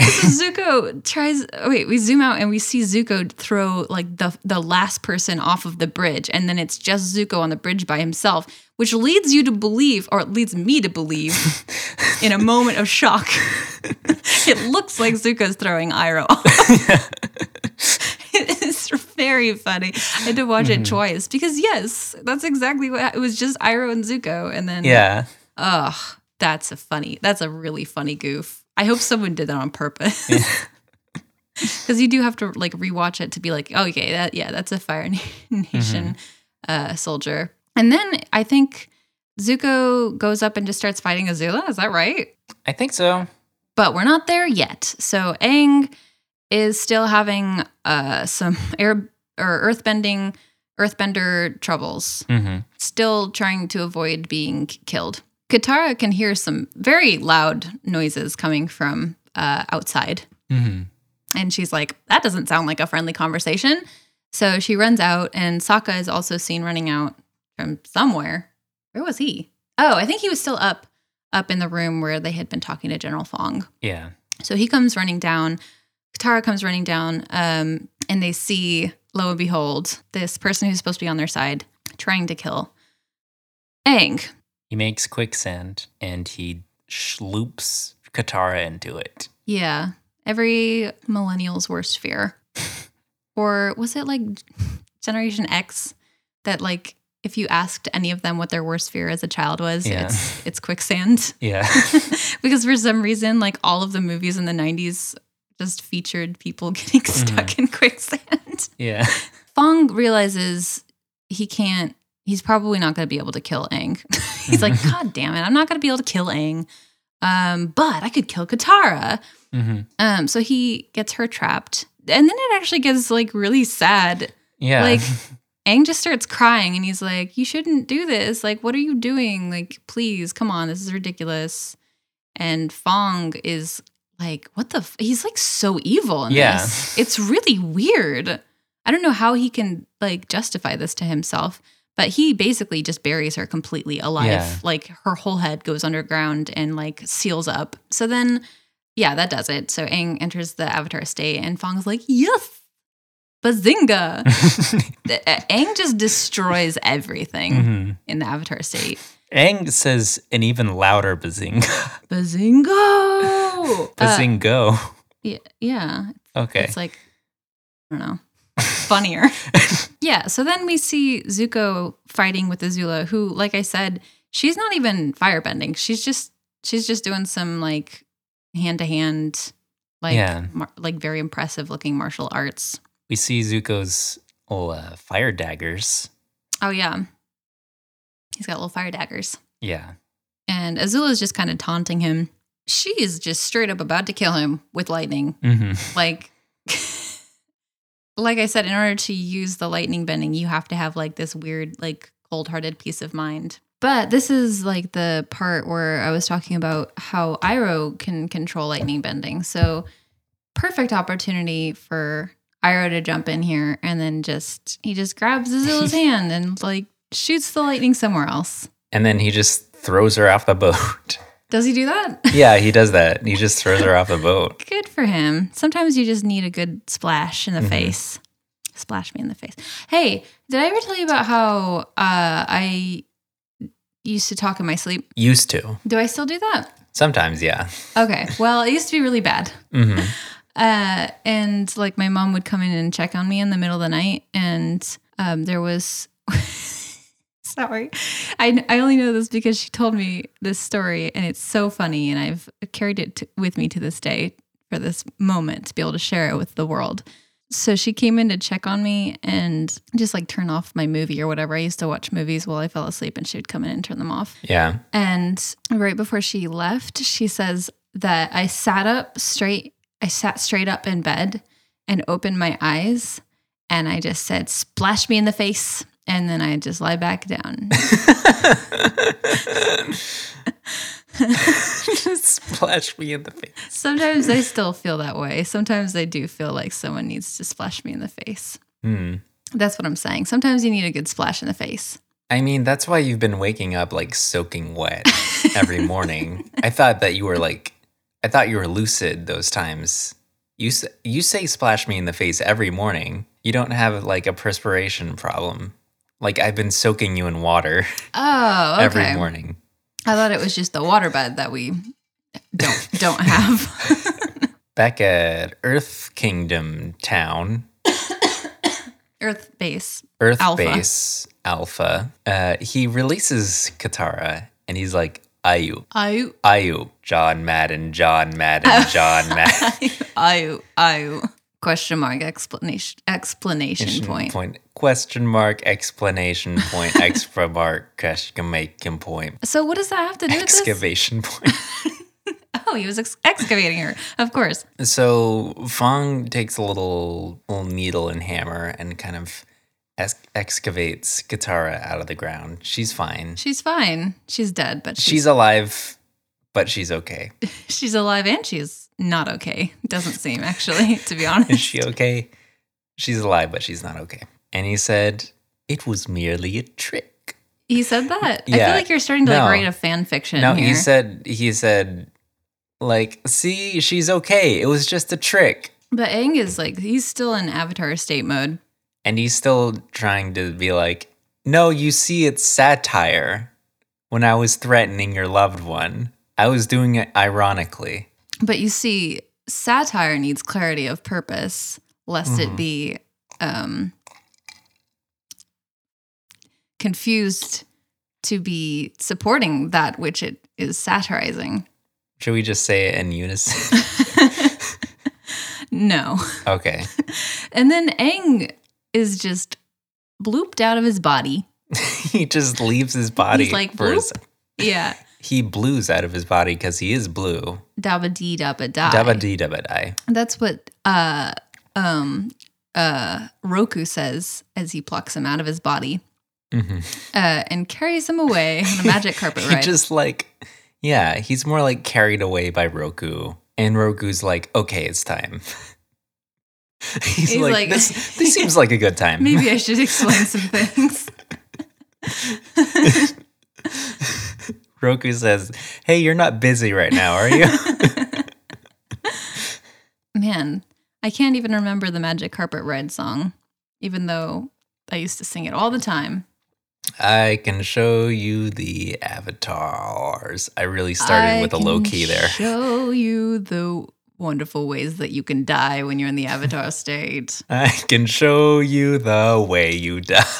So Zuko tries. oh, Wait, we zoom out and we see Zuko throw like the the last person off of the bridge, and then it's just Zuko on the bridge by himself, which leads you to believe, or it leads me to believe, in a moment of shock, it looks like Zuko's throwing Iroh. it's very funny. I had to watch it twice because yes, that's exactly what hap- it was. Just Iroh and Zuko, and then Yeah, Ugh, that's a funny. That's a really funny goof. I hope someone did that on purpose. Because you do have to like rewatch it to be like, oh, okay, that yeah, that's a Fire Na- Nation uh, soldier. And then I think Zuko goes up and just starts fighting Azula. Is that right? I think so. But we're not there yet. So Aang is still having uh, some air or earthbending earthbender troubles hmm still trying to avoid being k- killed. Katara can hear some very loud noises coming from uh, outside. hmm And she's like, that doesn't sound like a friendly conversation. So she runs out, and Sokka is also seen running out from somewhere. Where was he? Oh, I think he was still up, up in the room where they had been talking to General Fong. Yeah, So he comes running down. Katara comes running down, um, and they see, lo and behold, this person who's supposed to be on their side trying to kill Aang. he makes quicksand and he sloops Katara into it. Yeah, every millennial's worst fear. or was it like Generation X that like if you asked any of them what their worst fear as a child was, Yeah. it's it's quicksand. Yeah, because for some reason, like all of the movies in the 90s just featured people getting stuck in quicksand. yeah. Fong realizes he can't. He's probably not going to be able to kill Aang. he's like, God damn it, I'm not going to be able to kill Aang. Um, but I could kill Katara. hmm Um, so he gets her trapped, and then it actually gets like really sad. Yeah, Like Aang just starts crying, and he's like, "You shouldn't do this. Like, what are you doing? Like, please, come on, this is ridiculous." And Fong is like, "What the? F-? He's like so evil in Yeah. this. It's really weird. I don't know how he can like justify this to himself." But he basically just buries her completely alive. Yeah. Like her whole head goes underground and like seals up. So then yeah, that does it. So Aang enters the Avatar state, and Fong's like, yes, bazinga. The- uh, Aang just destroys everything hmm in the Avatar state. Aang says an even louder bazinga. Bazinga! Uh, Bazingo. yeah, yeah, okay. it's like, I don't know, funnier. yeah, so then we see Zuko fighting with Azula, who, like I said, she's not even firebending. She's just, she's just doing some like hand to hand, like, Yeah. mar- like very impressive looking martial arts. we see Zuko's little uh, fire daggers. Oh yeah. He's got little fire daggers. Yeah. And Azula's just kind of taunting him. She is just straight up about to kill him with lightning. hmm Like like I said, in order to use the lightning bending, you have to have like this weird, like cold-hearted peace of mind. But this is like the part where I was talking about how Iroh can control lightning bending. So perfect opportunity for Iroh to jump in here and then just he just grabs Azula's hand and like shoots the lightning somewhere else. And then he just throws her off the boat. Does he do that? yeah, he does that. He just throws her off the boat. Good for him. Sometimes you just need a good splash in the Mhm. face. Splash me in the face. Hey, did I ever tell you about how uh, I used to talk in my sleep? Used to. Do I still do that? Sometimes, yeah. Okay. Well, it used to be really bad. hmm Uh, and like my mom would come in and check on me in the middle of the night, and um, there was. Sorry, I I only know this because she told me this story, and it's so funny, and I've carried it t- with me to this day for this moment to be able to share it with the world. So she came in to check on me and just like turn off my movie or whatever. I used to watch movies while I fell asleep, and she would come in and turn them off. Yeah. And right before she left, she says that I sat up straight, I sat straight up in bed and opened my eyes and I just said, splash me in the face. And then I just lie back down. just splash me in the face. Sometimes I still feel that way. Sometimes I do feel like someone needs to splash me in the face. Hmm. That's what I'm saying. Sometimes you need a good splash in the face. I mean, that's why you've been waking up like soaking wet every morning. I thought that you were like, I thought you were lucid those times. You s- you say splash me in the face every morning. You don't have like a perspiration problem. Like I've been soaking you in water Oh, okay. every morning. I thought it was just the waterbed that we don't don't have. Back at Earth Kingdom Town, Earth base. Earth Alpha. Base Alpha, uh, he releases Katara and he's like, Ayu, I Ayu, John Madden, John Madden, John Madden. I I question mark explanation explanation Exclamation point. Question mark, explanation point, extra mark, exclamation point, So what does that have to do with this? excavation point. Oh, he was ex- excavating her, of course. So Fong takes a little, little needle and hammer and kind of ex- excavates Katara out of the ground. She's fine. She's fine. She's dead, but she's She's alive, but she's okay. she's alive and she's not okay. Doesn't seem actually, to be honest. Is she okay? She's alive, but she's not okay. And he said, It was merely a trick. He said that. I feel Yeah. like you're starting to No. like write a fan fiction No, here. he said he said like, see, she's okay. It was just a trick. but Aang is like he's still in avatar state mode. And he's still trying to be like, no, you see, it's satire. When I was threatening your loved one, I was doing it ironically. But you see, satire needs clarity of purpose, lest it Mhm. be um, confused to be supporting that which it is satirizing. Should we just say it in unison? no. okay. And then Aang is just blooped out of his body. he just leaves his body. He's like, for his, Yeah. he blues out of his body because he is blue. Dabba dee dabba die. Dabba dee dabba die. That's what uh um uh Roku says as he plucks him out of his body. hmm uh, and carries him away on a magic carpet He ride. just like, yeah, he's more like carried away by Roku, and Roku's like, okay, it's time. he's He's like, like- this, this seems like a good time. Maybe I should explain some things. Roku says, hey, you're not busy right now, are you? Man, I can't even remember the magic carpet ride song, even though I used to sing it all the time. I can show you the avatars. I really started I with a low can key there. Show you the wonderful ways that you can die when you're in the avatar state. I can show you the way you die.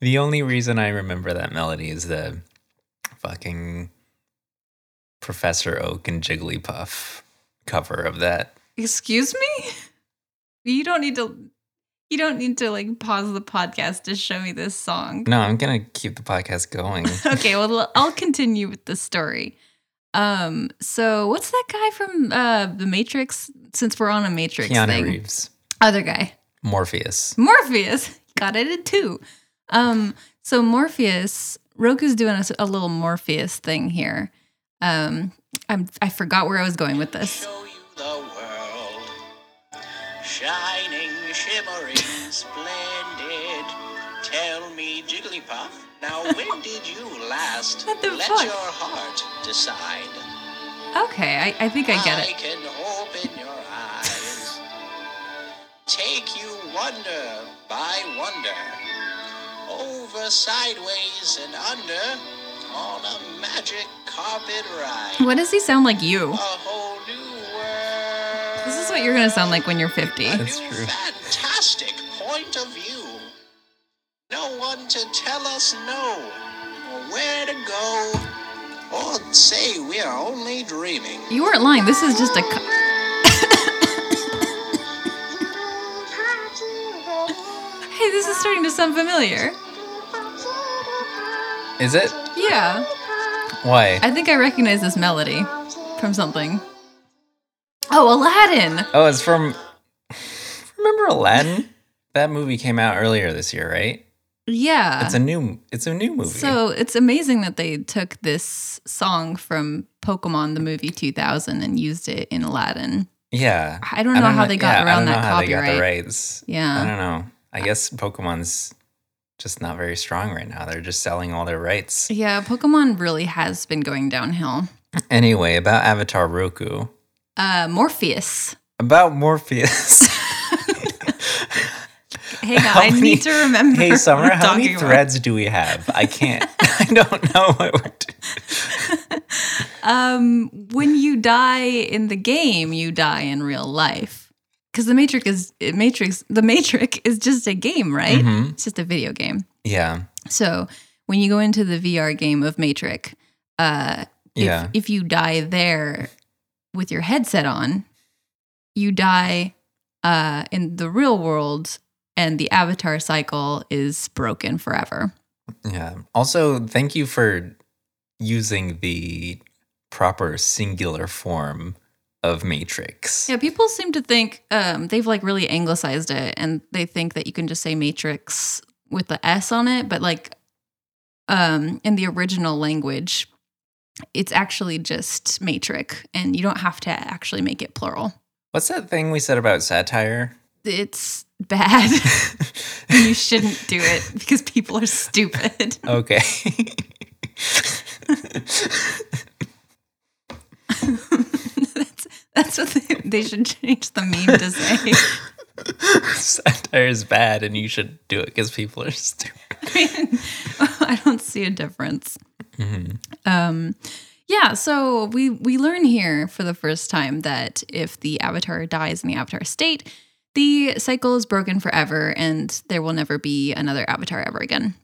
the only reason I remember that melody is the fucking Professor Oak and Jigglypuff cover of that. Excuse me? You don't need to. You don't need to like pause the podcast to show me this song. No, I'm gonna keep the podcast going. okay, well l- I'll continue with the story. Um, so what's that guy from uh the Matrix? Since we're on a Matrix Keanu thing, Reeves, other guy, Morpheus. Morpheus got it in two. Um, so Morpheus, Roku's doing a, s- a little Morpheus thing here. Um, I'm I forgot where I was going with this. Show you the world. Shining, shimmering, splendid. Tell me, Jigglypuff, now when did you last What the let fuck? your heart decide? Okay, I, I think I get it. can open your eyes. Take you wonder by wonder. Over, sideways, and under on a magic carpet ride. What does he sound like you? A whole new world. This is what you're gonna sound like when you're 50. A That's new true. fantastic point of view. No one to tell us no, or where to go, or say we are only dreaming. You weren't lying. This is just a. co- Hey, this is starting to sound familiar. Is it? Yeah, Why? I think I recognize this melody from something. Oh, Aladdin. Oh, it's from. Remember Aladdin? that movie came out earlier this year, right? Yeah. It's a new. It's a new movie. Uh, So it's amazing that they took this song from Pokemon the movie 2000 and used it in Aladdin. yeah. I don't know how they got yeah, I around don't know that how copyright. They got Uh-huh. the rights. I Yeah. don't know. I guess Pokemon's just not very strong right now. They're just selling all their rights. Yeah, Pokemon really has been going downhill. Anyway, about Avatar Roku. Uh, Morpheus. About Morpheus. Hang on, How I many- need to remember. hey, what Summer, we're how many talking about. threads do we have? I can't. I don't know what we're doing. Um, when you die in the game, you die in real life. Because the Matrix is Matrix. The Matrix is just a game, right? Mhm. It's just a video game. Yeah. So when you go into the VR game of Matrix, uh, if, Yeah. if you die there with your headset on, you die uh, in the real world, and the avatar cycle is broken forever. Yeah. Also, thank you for using the proper singular form of matrix. Yeah, people seem to think um, they've like really anglicized it, and they think that you can just say Matrix with the S on it, but like um, in the original language, it's actually just Matrix, and you don't have to actually make it plural. What's that thing we said about satire? It's bad. you shouldn't do it because people are stupid. okay. that's, that's what they, they should change the meme to say. satire is bad and you should do it because people are stupid. I mean, I don't see a difference. Mm-hmm. Um, yeah, so we we learn here for the first time that if the avatar dies in the avatar state, the cycle is broken forever, and there will never be another avatar ever again.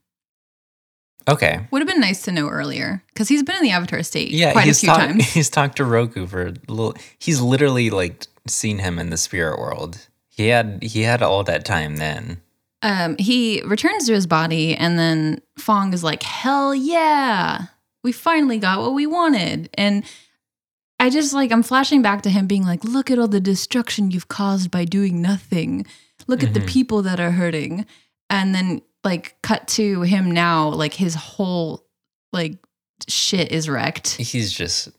Okay. Would have been nice to know earlier because he's been in the avatar state Yeah, quite a he's few talked times. he's talked to Roku for a little he's literally like seen him in the spirit world. He had he had all that time then. Um, he returns to his body, and then Fong is like, "Hell yeah, we finally got what we wanted." And I just like I'm flashing back to him being like, "Look at all the destruction you've caused by doing nothing. Look at Mhm. the people that are hurting." And then like cut to him now, like his whole like shit is wrecked. He's just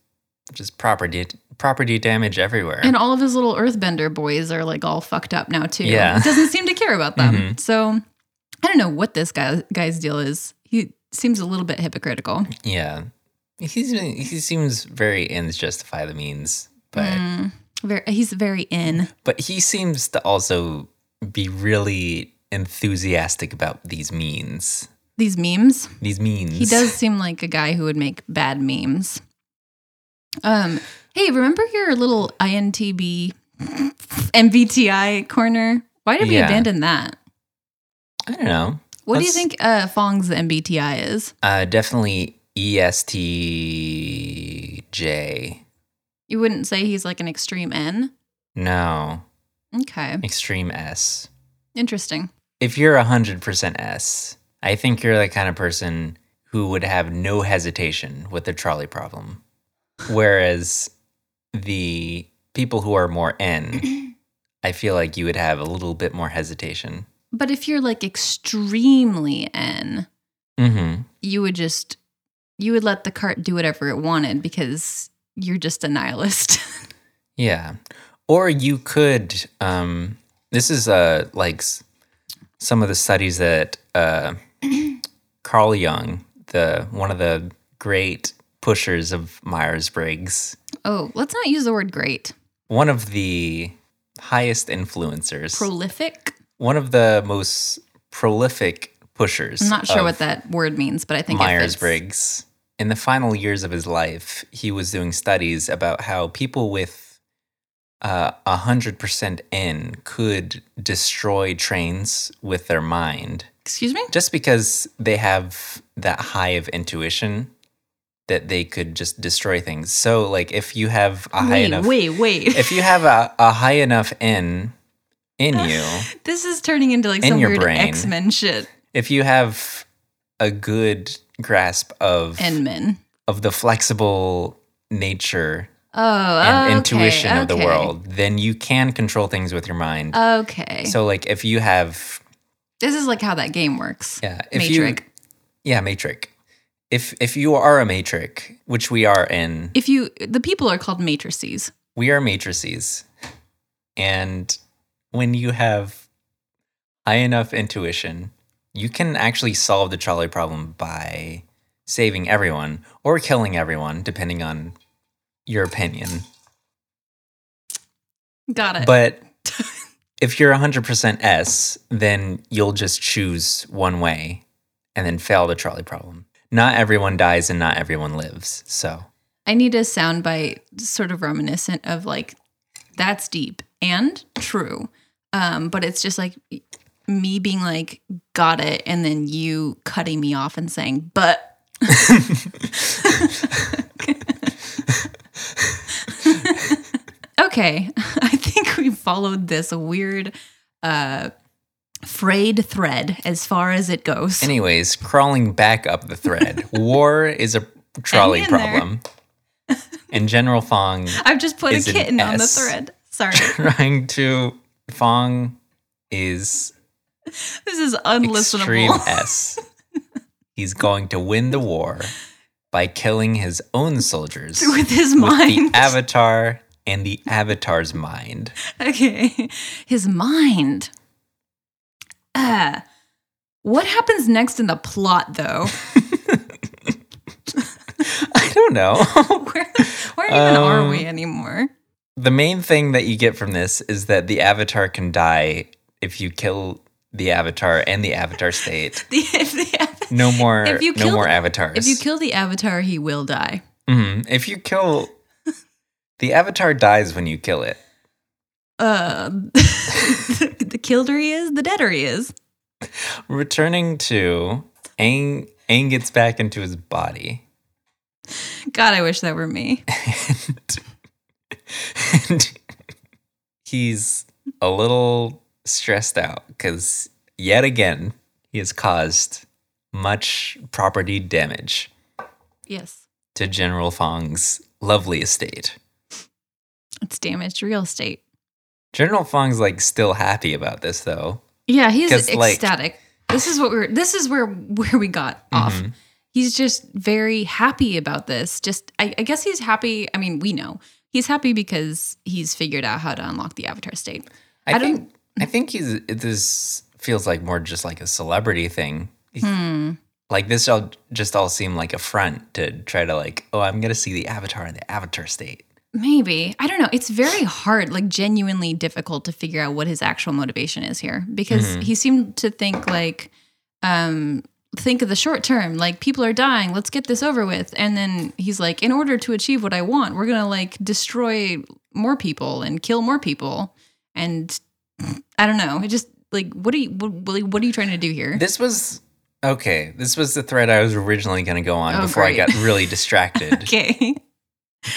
just property property damage everywhere. And all of his little earthbender boys are like all fucked up now too. Yeah. He doesn't seem to care about them. Mhm. So I don't know what this guy guy's deal is. He seems a little bit hypocritical. Yeah. He's, he seems very ends justify the means, but Mm, ver- he's very in. but he seems to also be really enthusiastic about these means. These memes. These means. He does seem like a guy who would make bad memes. Um hey, remember your little INTB MBTI corner? Why did we Yeah. abandon that? I don't know. What do you That's- think uh Fong's MBTI is? Uh, definitely E ESTJ. You wouldn't say he's like an extreme N? No. Okay. extreme S. Interesting. If you're 100% S, I think you're the kind of person who would have no hesitation with the trolley problem. Whereas the people who are more N, I feel like you would have a little bit more hesitation. But if you're like extremely N, Mm-hmm. you would just you would let the cart do whatever it wanted because you're just a nihilist. Yeah. Or you could, um, this is uh, like s- some of the studies that uh, Carl Jung, the one of the great pushers of Myers Briggs, oh, let's not use the word great. one of the highest influencers, Prolific. one of the most prolific pushers. I'm not sure of what that word means, but I think it Myers fits. Briggs. In the final years of his life, he was doing studies about how people with uh, 100% N could destroy trains with their mind Excuse me? just because they have that high of intuition that they could just destroy things. So, like, if you have a high wait, enough wait, wait, if you have a, a high enough N in you, This is turning into like In some your weird brain. X Men shit. if you have a good grasp of N men. of the flexible nature Oh, and okay, intuition of the okay. world, then you can control things with your mind. Okay. so like if you have this is like how that game works. yeah, if Matrix. you yeah, matrix. If if you are a matrix, which we are in, if you the people are called matrices. we are matrices. And when you have high enough intuition, you can actually solve the trolley problem by saving everyone or killing everyone, depending on your opinion. Got it. But if you're 100% S, then you'll just choose one way and then fail the trolley problem. Not everyone dies and not everyone lives. So, I need a soundbite sort of reminiscent of like that's deep and true. Um, but it's just like me being like, got it, and then you cutting me off and saying, but okay. I think we followed this weird uh frayed thread as far as it goes. anyways, crawling back up the thread, war is a trolley in there. problem. And General Fong I've just put a is an kitten on the S. thread. Sorry. trying to Fong is This is unlistenable. extreme S. He's going to win the war by killing his own soldiers. with his the mind. avatar and the avatar's mind. okay. His mind. Uh, what happens next in the plot, though? I don't know. where where even are Um, we anymore? the main thing that you get from this is that the avatar can die if you kill the avatar and the avatar state. The, if, the, av- No more If you no kill more the- avatars. if you kill the avatar, he will die. Mhm. if you kill the avatar dies when you kill it. Uh, the, kilder he is, the deader he is. Returning to Aang Aang gets back into his body. God, I wish that were me. and, and he's a little stressed out because yet again he has caused much property damage Yes, to General Fong's lovely estate. it's damaged real estate. General Fong's like still happy about this though. Yeah, he's 'Cause, like- ecstatic. this is what we're. This is where where we got off. Mhm. He's just very happy about this. Just I, I guess he's happy. I mean, we know he's happy because he's figured out how to unlock the avatar state. I, I think I think he's it- this feels like more just like a celebrity thing. Hmm. Like this all just all seem like a front to try to like, oh, I'm gonna see the avatar in the avatar state. Maybe I don't know. It's very hard, like genuinely difficult to figure out what his actual motivation is here because Mhm. he seemed to think like, um, think of the short term. Like people are dying, let's get this over with. And then he's like, in order to achieve what I want, we're gonna like destroy more people and kill more people. And I don't know. It just like what are you what, like, what are you trying to do here? This was okay. This was the thread I was originally going to go on Oh, before great. I got really distracted okay.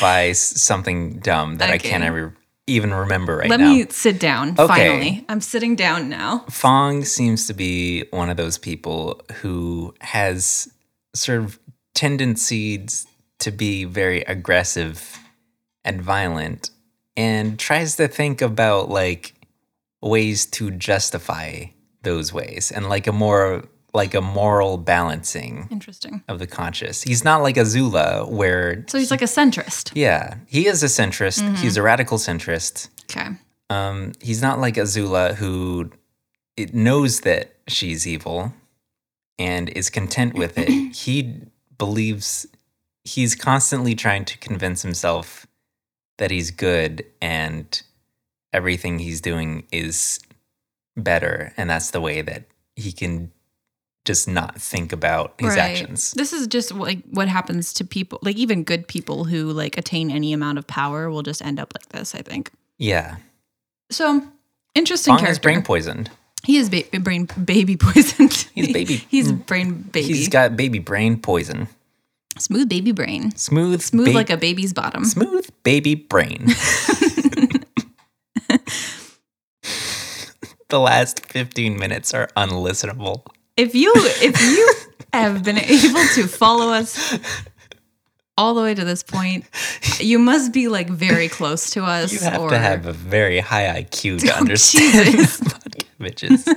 by s- something dumb that I can't Okay. ever even remember right Let now. me sit down Okay. finally. I'm sitting down now. Fong seems to be one of those people who has sort of tendencies to be very aggressive and violent and tries to think about like ways to justify those ways and like a more like a moral balancing Interesting. of the conscious. He's not like Azula where So he's like a centrist. yeah, he is a centrist. He's a radical centrist. Okay. Um, he's not like Azula, who it knows that she's evil and is content with it. he believes he's constantly trying to convince himself that he's good and everything he's doing is better. And that's the way that he can just not think about his actions. This is just like what happens to people, like even good people who like attain any amount of power will just end up like this, I think. Yeah. So interesting Fong is character. brain poisoned. he is ba- brain baby poisoned. He's baby- Mm. he's brain baby. He's got baby brain poison. smooth baby brain. Smooth, Smooth ba- like a baby's bottom. smooth baby brain. the last 15 minutes are unlistenable. If you if you have been able to follow us all the way to this point, you must be like very close to us You have or to have a very high IQ to understand Jesus. Bitches.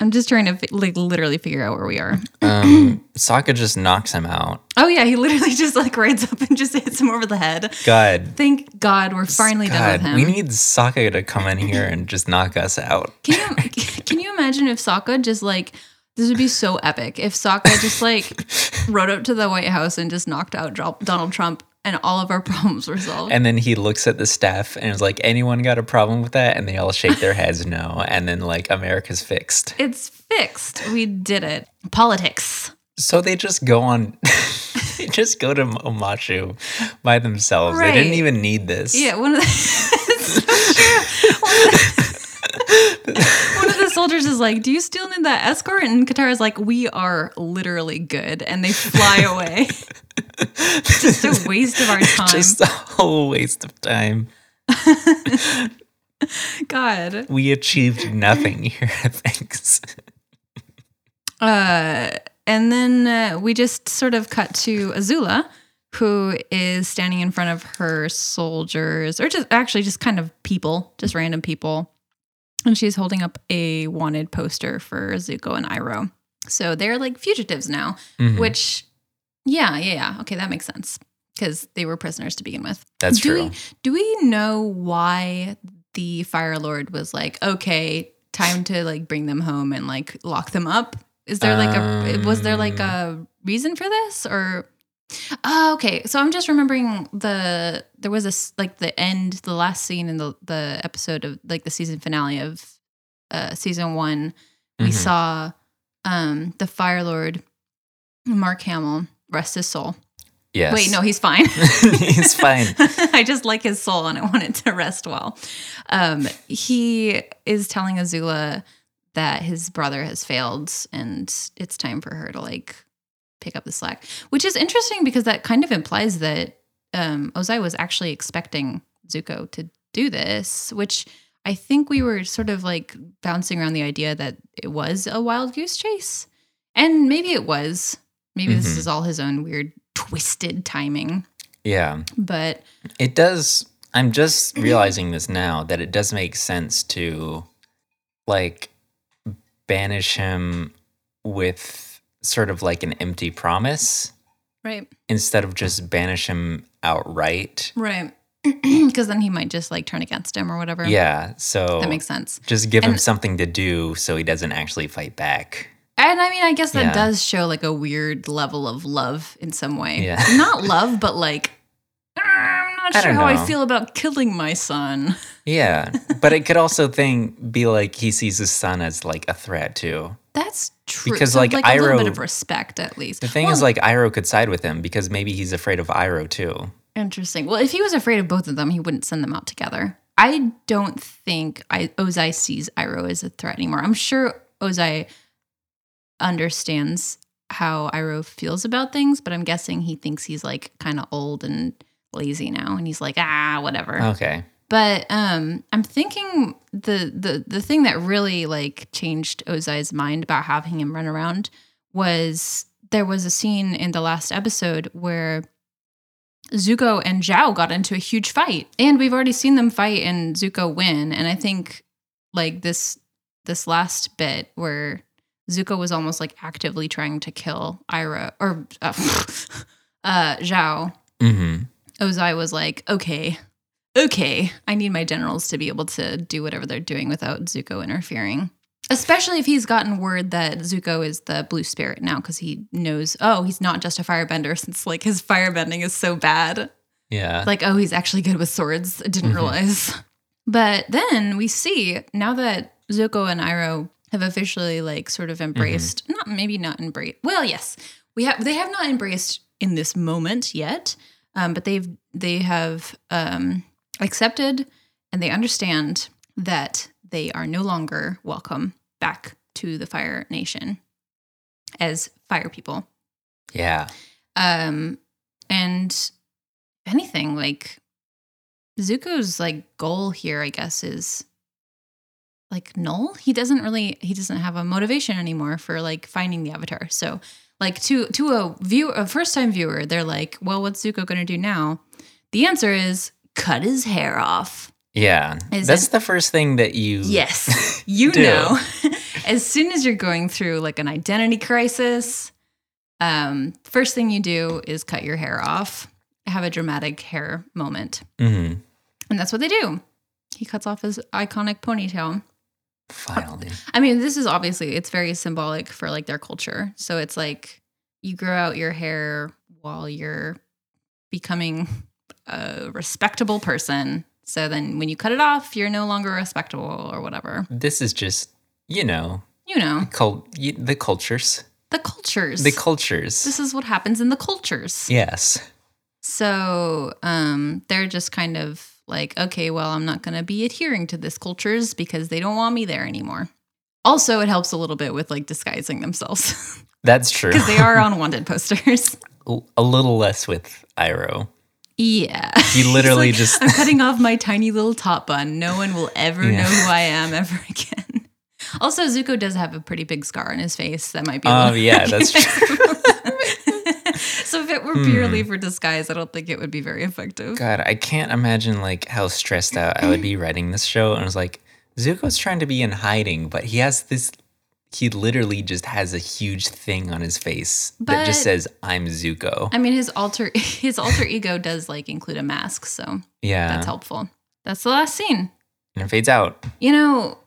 I'm just trying to fi- like literally figure out where we are. Um, Sokka just knocks him out. Oh yeah, he literally just like rides up and just hits him over the head. God. Thank God we're finally done with God, him. We need Sokka to come in here and just knock us out. can you can you imagine if Sokka just like this would be so epic if Sokka just like rode up to the White House and just knocked out Dro- Donald Trump and all of our problems were solved. And then he looks at the staff and is like, anyone got a problem with that? And they all shake their heads no. And then, like, America's fixed. it's fixed. We did it. Politics. So they just go on, they just go to Omachu by themselves. They didn't Right. even need this. Yeah, one of the it's so true. One of, the, one of the soldiers is like, "Do you still need that escort?" And Katara's like, "We are literally good," and they fly away. Just a waste of our time. Just a whole waste of time. God. We achieved nothing here. Thanks. Uh, and then uh, we just sort of cut to Azula, who is standing in front of her soldiers, or just actually just kind of people, just random people. And she's holding up a wanted poster for Zuko and Iroh. So they're like fugitives now, Mhm. which, yeah, yeah, yeah. Okay, that makes sense because they were prisoners to begin with. That's do true. We, do we know why the Fire Lord was like, okay, time to like bring them home and like lock them up? Is there like a was there like a Um. reason for this or? Oh, okay. So I'm just remembering the there was a s- like the end, the last scene in the the episode of like the season finale of uh season one. We Mhm. saw um the Fire Lord Mark Hamill rest his soul. Yes. Wait, no, he's fine. He's fine. I just like his soul and I want it to rest well. Um, he is telling Azula that his brother has failed and it's time for her to like pick up the slack, which is interesting because that kind of implies that um, Ozai was actually expecting Zuko to do this, which I think we were sort of like bouncing around the idea that it was a wild goose chase. And maybe it was. Maybe this Mhm. is all his own weird, twisted timing. Yeah. But It does. I'm just realizing this now that it does make sense to like banish him with sort of like an empty promise. Right, instead of just banish him outright. right. Because then he might just like turn against him or whatever. Yeah, so That makes sense. just give him and- something to do so he doesn't actually fight back. And I mean, I guess that Yeah. does show like a weird level of love in some way. Yeah. Not love, but like, I'm not I sure don't how I know. feel about killing my son. Yeah, but it could also think be like he sees his son as like a threat too. That's true. Because, So, like, a little Iroh- bit of respect at least. The thing is, Well, like Iroh could side with him because maybe he's afraid of Iroh too. Interesting. Well, if he was afraid of both of them, he wouldn't send them out together. I don't think I, Ozai sees Iroh as a threat anymore. I'm sure Ozai understands how Iroh feels about things, but I'm guessing he thinks he's like kind of old and lazy now and he's like, ah, whatever. Okay. But um, I'm thinking the the the thing that really like changed Ozai's mind about having him run around was there was a scene in the last episode where Zuko and Zhao got into a huge fight, and we've already seen them fight and Zuko win. And I think like this this last bit where Zuko was almost like actively trying to kill Ira or uh, uh, Zhao, Mm-hmm. Ozai was like, okay, okay, I need my generals to be able to do whatever they're doing without Zuko interfering. Especially if he's gotten word that Zuko is the blue spirit now because he knows, oh, he's not just a firebender since like his firebending is so bad. Yeah. Like, oh, he's actually good with swords. I didn't Mhm. realize. But then we see now that Zuko and Iroh have officially like sort of embraced, not maybe not embrace. Well, yes, we have. They have not embraced in this moment yet, um, but they've they have um, accepted and they understand that they are no longer welcome back to the Fire Nation as Fire people yeah. um and if anything like zuko's like goal here i guess is like null he doesn't really he doesn't have a motivation anymore for like finding the avatar so like to to a view a first time viewer they're like well what's zuko going to do now the answer is cut his hair off Yeah. Is That's it- the first thing that you. yes you Do. know as soon as you're going through like an identity crisis um first thing you do is cut your hair off have a dramatic hair moment hmm and that's what they do he cuts off his iconic ponytail Finally. i mean this is obviously it's very symbolic for like their culture so it's like you grow out your hair while you're becoming a respectable person so then when you cut it off you're no longer respectable or whatever This is just, you know, you know cult, y- the cultures. the cultures The cultures. this is what happens in the cultures. yes. So um, they're just kind of like, okay, well, I'm not going to be adhering to this cultures because they don't want me there anymore. Also, it helps a little bit with like disguising themselves That's true. because they are on wanted posters. A little less with Iroh. Yeah. He He's literally like, just- I'm cutting off my tiny little top bun. No one will ever Yeah. know who I am ever again. Also, Zuko does have a pretty big scar on his face. That might be. a Oh, little yeah, that's true. recognizable. so if it were Hmm. purely for disguise, I don't think it would be very effective. God, I can't imagine like how stressed out I would be writing this show. And I was like, Zuko's trying to be in hiding, but he has this. He literally just has a huge thing on his face that just But- says, "I'm Zuko." I mean, his alter his alter ego does like include a mask, so yeah, that's helpful. That's the last scene. and it fades out. You know,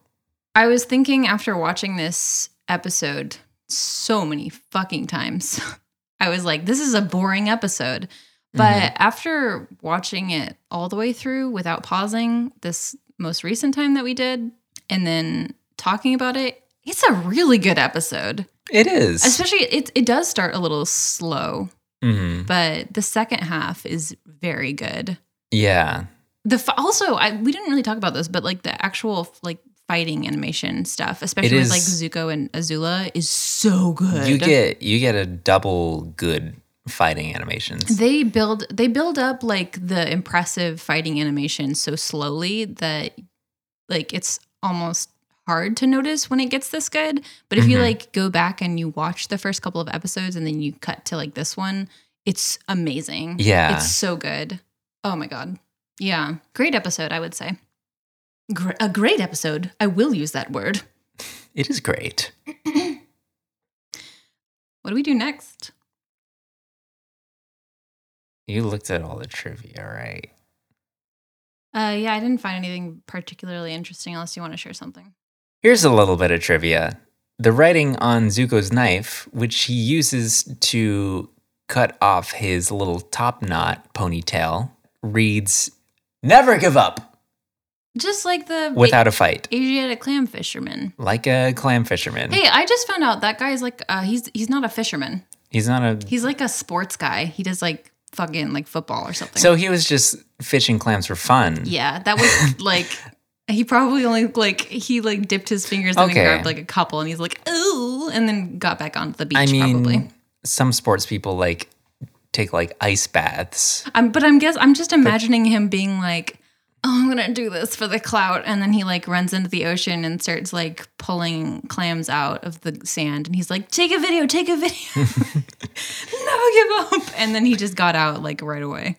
I was thinking after watching this episode so many fucking times, I was like, this is a boring episode. But after watching it all the way through without pausing, this most recent time that we did, and then talking about it, it's a really good episode. It is. Especially, it, it does start a little slow, Mhm. but the second half is very good Yeah, the fi- also I, we didn't really talk about this, but like the actual like fighting animation stuff, especially with like is- Zuko and Azula, is so good. you get you get a double good fighting animations. they build they build up like the impressive fighting animation so slowly that like it's almost hard to notice when it gets this good. But if you Mhm. like go back and you watch the first couple of episodes and then you cut to like this one, it's amazing. yeah, It's so good. Oh my God. Yeah. Great episode, I would say. Gr- a great episode. I will use that word. it is great. What do we do next? You looked at all the trivia, right? Uh, yeah, I didn't find anything particularly interesting unless you want to share something. Here's a little bit of trivia. The writing on Zuko's knife, which he uses to cut off his little top knot ponytail, reads Never give up Just like the without a Mm. fight, A- Asiatic clam fisherman. like a clam fisherman. Hey, I just found out that guy's like uh, he's he's not a fisherman. He's not a. He's like a sports guy. He does like fucking like football or something. So he was just fishing clams for fun. yeah, that was like he probably only like he like dipped his fingers and Okay. then grabbed like a couple and he's like ooh and then got back onto the beach I mean, probably. some sports people like take like ice baths. I'm, but I'm guess I'm just imagining him being like, "Oh, I'm gonna do this for the clout," and then he like runs into the ocean and starts like pulling clams out of the sand, and he's like, "Take a video, take a video, no, give up," and then he just got out like right away.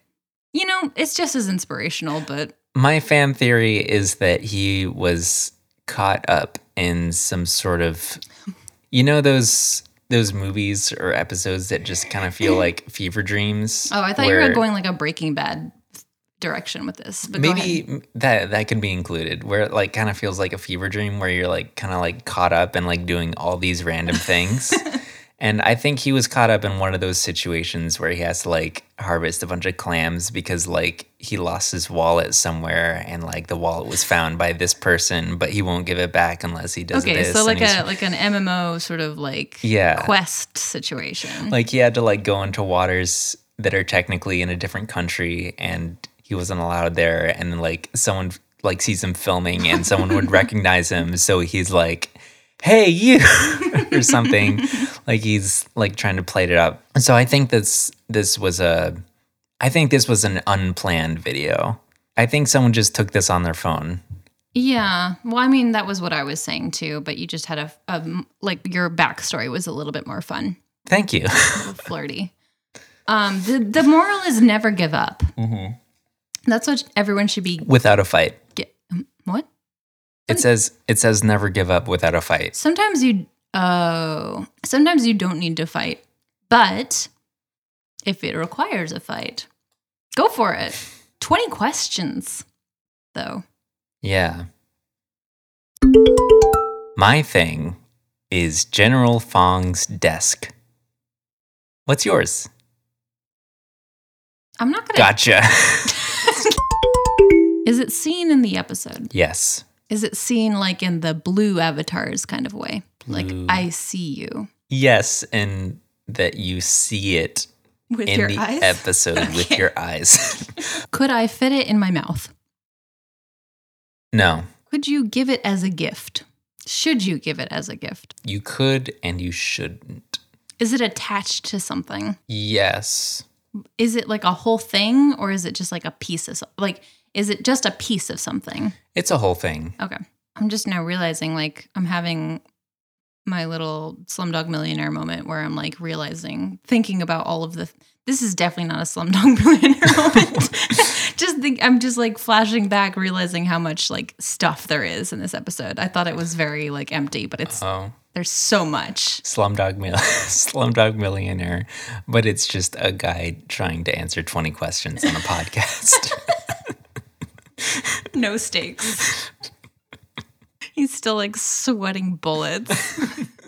You know, it's just as inspirational, but My fan theory is that he was caught up in some sort of you know those those movies or episodes that just kind of feel like fever dreams. oh, I thought you where were going like a Breaking Bad direction with this. But go ahead. maybe m- that that could be included where it like kind of feels like a fever dream where you're like kind of like caught up and like doing all these random things and i think he was caught up in one of those situations where he has to like harvest a bunch of clams because like he lost his wallet somewhere and like the wallet was found by this person but he won't give it back unless he does okay, this so and like he's- a like an MMO sort of like yeah quest situation. like he had to like go into waters that are technically in a different country and he wasn't allowed there and then like someone like sees him filming and someone would recognize him so he's like hey you or something like he's like trying to play it up so i think this this was a i think this was an unplanned video i think someone just took this on their phone Yeah. Well, I mean, that was what I was saying too, but you just had a, a like your backstory was a little bit more fun, thank you a little flirty. Um, the, the moral is never give up. That's what everyone should be. without a fight Get, um, what? it says it says never give up without a fight Sometimes you, oh, sometimes you don't need to fight, but if it requires a fight, go for it. 20 questions, though. Yeah. My thing is General Fong's desk. What's yours? I'm not going to. Gotcha. Is it seen in the episode? yes. Is it seen like in the blue avatars kind of way? Blue. Like I see you Yes, and that you see it with in your the eyes. episode with Okay. your eyes. Could I fit it in my mouth? no, Could you give it as a gift? Should you give it as a gift? you could and you shouldn't. Is it attached to something? Yes. Is it like a whole thing or is it just like a piece of so- like is it just a piece of something? It's a whole thing. Okay. I'm just now realizing like I'm having my little slumdog millionaire moment where I'm like realizing, thinking about all of the this is definitely not a slumdog millionaire moment. just think I'm just like flashing back, realizing how much like stuff there is in this episode. I thought it was very like empty, but it's Oh. there's so much. Slumdog, mil- Slumdog Millionaire, but it's just a guy trying to answer 20 questions on a podcast. No stakes. He's still like sweating bullets.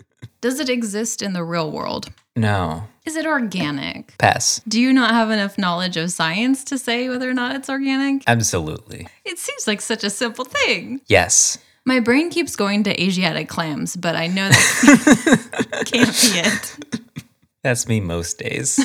Does it exist in the real world? no. Is it organic? Pass. Do you not have enough knowledge of science to say whether or not it's organic? Absolutely. It seems like such a simple thing. Yes. My brain keeps going to Asiatic clams, but I know that can't be it. That's me most days.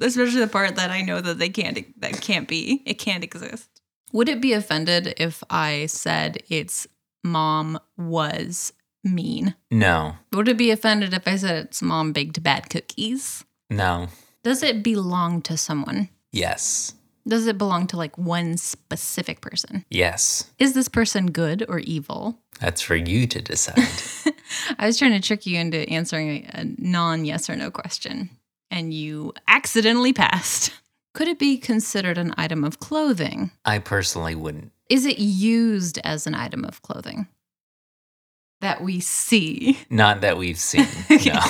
Especially the part that I know that they can't that can't be. It can't exist. Would it be offended if I said its mom was mean? No. Would it be offended if I said its mom baked bad cookies? No. Does it belong to someone? Yes. Does it belong to like one specific person? Yes. is this person good or evil? That's for you to decide. I was trying to trick you into answering a, a non yes or no question, and you accidentally passed. Could it be considered an item of clothing? I personally wouldn't. Is it used as an item of clothing that we see? Not that we've seen. No.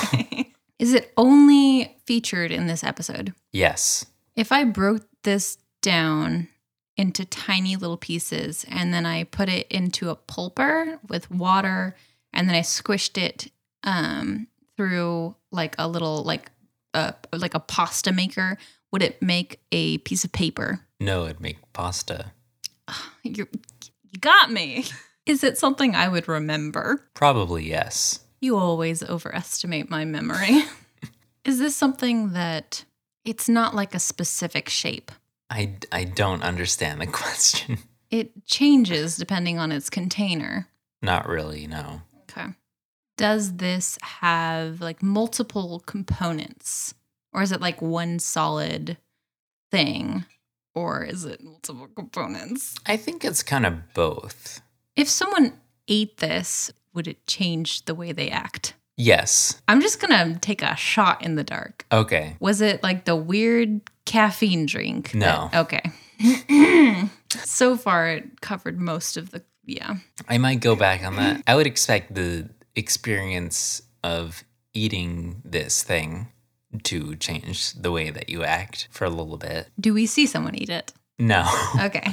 Is it only featured in this episode? yes. If I broke this down into tiny little pieces and then I put it into a pulper with water and then I squished it um, through like a little like a like a pasta maker, would it make a piece of paper? No, it'd make pasta. You're, you got me. Is it something I would remember? Probably yes. You always overestimate my memory. Is this something that it's not like a specific shape? I, I don't understand the question. It changes depending on its container. Not really, no. Okay. Does this have like multiple components Or is it like one solid thing? Or is it multiple components? I think it's kind of both. If someone ate this, would it change the way they act? Yes. I'm just gonna take a shot in the dark. Okay. Was it like the weird caffeine drink? No. that- okay. so far, it covered most of the. Yeah. I might go back on Mm-hmm. that. I would expect the experience of eating this thing to change the way that you act for a little bit. Do we see someone eat it? No. Okay.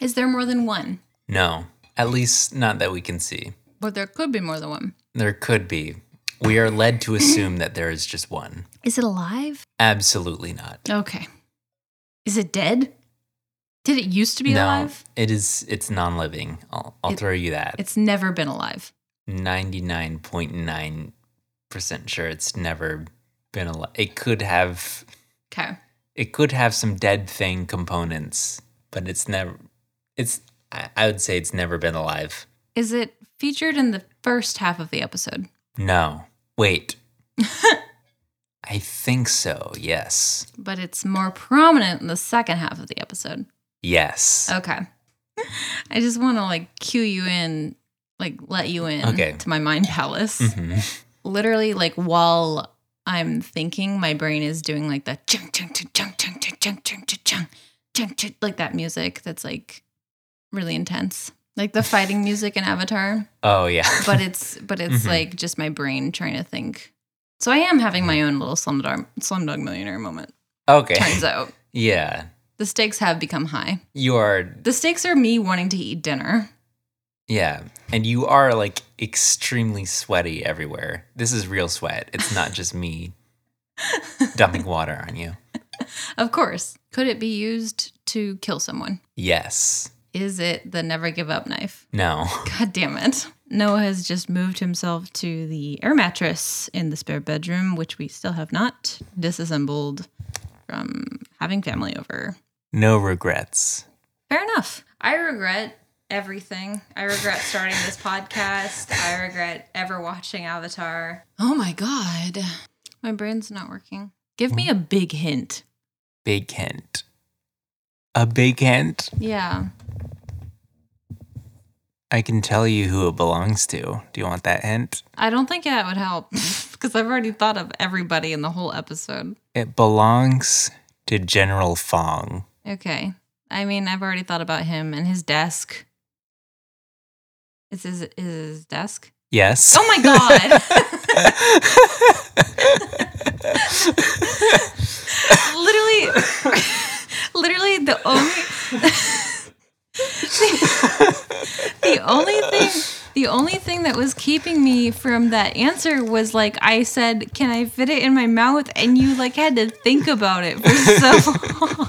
Is there more than one? No. At least not that we can see. But there could be more than one. There could be. We are led to assume that there is just one. Is it alive? Absolutely not. Okay. Is it dead? Did it used to be no, alive? it is. It's non-living. I'll, I'll It- throw you that. It's never been alive. Ninety-nine point nine percent sure it's never been alive. It could have. Okay. It could have some dead thing components, but it's never. It's. I, I would say it's never been alive. Is it featured in the first half of the episode? No. Wait. I think so. Yes. But it's more prominent in the second half of the episode. Yes. Okay. I just want to like cue you in, like let you in Okay. to my mind palace. Mhm. Literally, like while I'm thinking, my brain is doing like the chung chung chung chung chung chung chung chung chung chung chung chung like that music that's like really intense. Like the fighting music in Avatar. Oh yeah. But it's but it's Mhm. like just my brain trying to think. So I am having my own little slumdog slumdog millionaire moment. okay. Turns out. Yeah. The stakes have become high. You are The stakes are me wanting to eat dinner. Yeah. And you are like extremely sweaty everywhere. This is real sweat. It's not just me dumping water on you. Of course. Could it be used to kill someone? Yes. Is it the never give up knife? No. God damn it. Noah has just moved himself to the air mattress in the spare bedroom, which we still have not disassembled from having family over. No regrets. Fair enough. I regret everything. I regret starting this podcast. I regret ever watching Avatar. Oh my God. My brain's not working. Give me a big hint. Big hint. A big hint. Yeah. I can tell you who it belongs to. Do you want that hint? I don't think that would help because I've already thought of everybody in the whole episode. It belongs to General Fong. Okay. I mean, I've already thought about him and his desk. Is his, is his desk? Yes. Oh my God. literally, literally the only. the only thing the only thing that was keeping me from that answer was like I said, can I fit it in my mouth? And you like had to think about it for so long.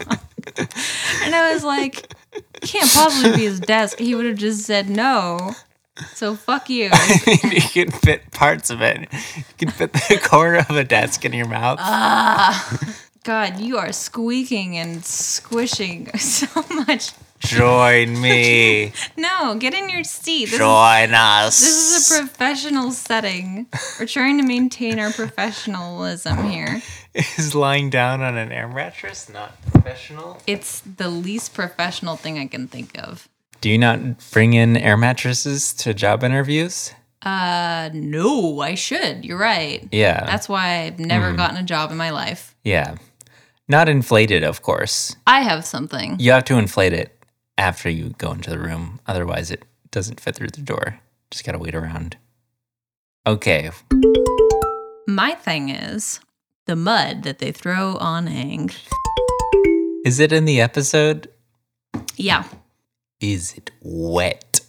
and I was like, can't possibly be his desk. He would have just said no. So fuck you. I mean, you can fit parts of it. You can fit the corner of a desk in your mouth. Uh, God, you are squeaking and squishing so much. Join me. No, get in your seat. This is Join us. This is a professional setting. We're trying to maintain our professionalism here. is lying down on an air mattress not professional? It's the least professional thing I can think of. Do you not bring in air mattresses to job interviews? Uh, no, I should. You're right. Yeah. That's why I've never gotten a job in my life. yeah. Not inflated, of course. I have something. You have to inflate it after you go into the room. Otherwise, it doesn't fit through the door. Just got to wait around. Okay. My thing is the mud that they throw on Aang. Is it in the episode? Yeah. Is it wet?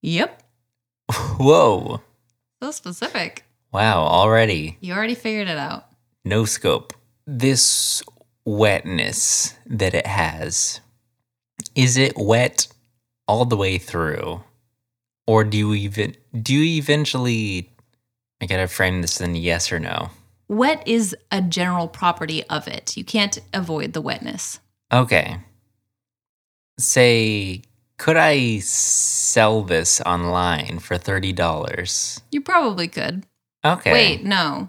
Yep. Whoa. So specific. Wow, already. You already figured it out. No scope. This wetness that it has, is it wet all the way through? Or do you even do you eventually I gotta frame this in yes or no. Wet is a general property of it. You can't avoid the wetness. Okay. Say could I sell this online for thirty dollars? You probably could. Okay. Wait, no.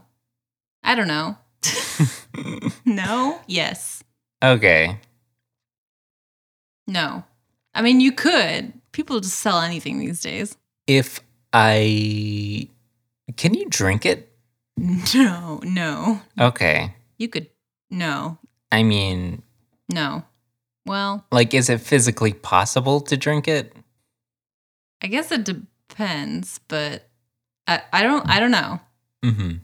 I don't know. No. Yes. Okay. No. I mean, you could. People just sell anything these days. If I can you drink it? No. No. Okay. You could. No. I mean, No. Well, like is it physically possible to drink it? I guess it depends, but I, I don't. I don't know. Mhm.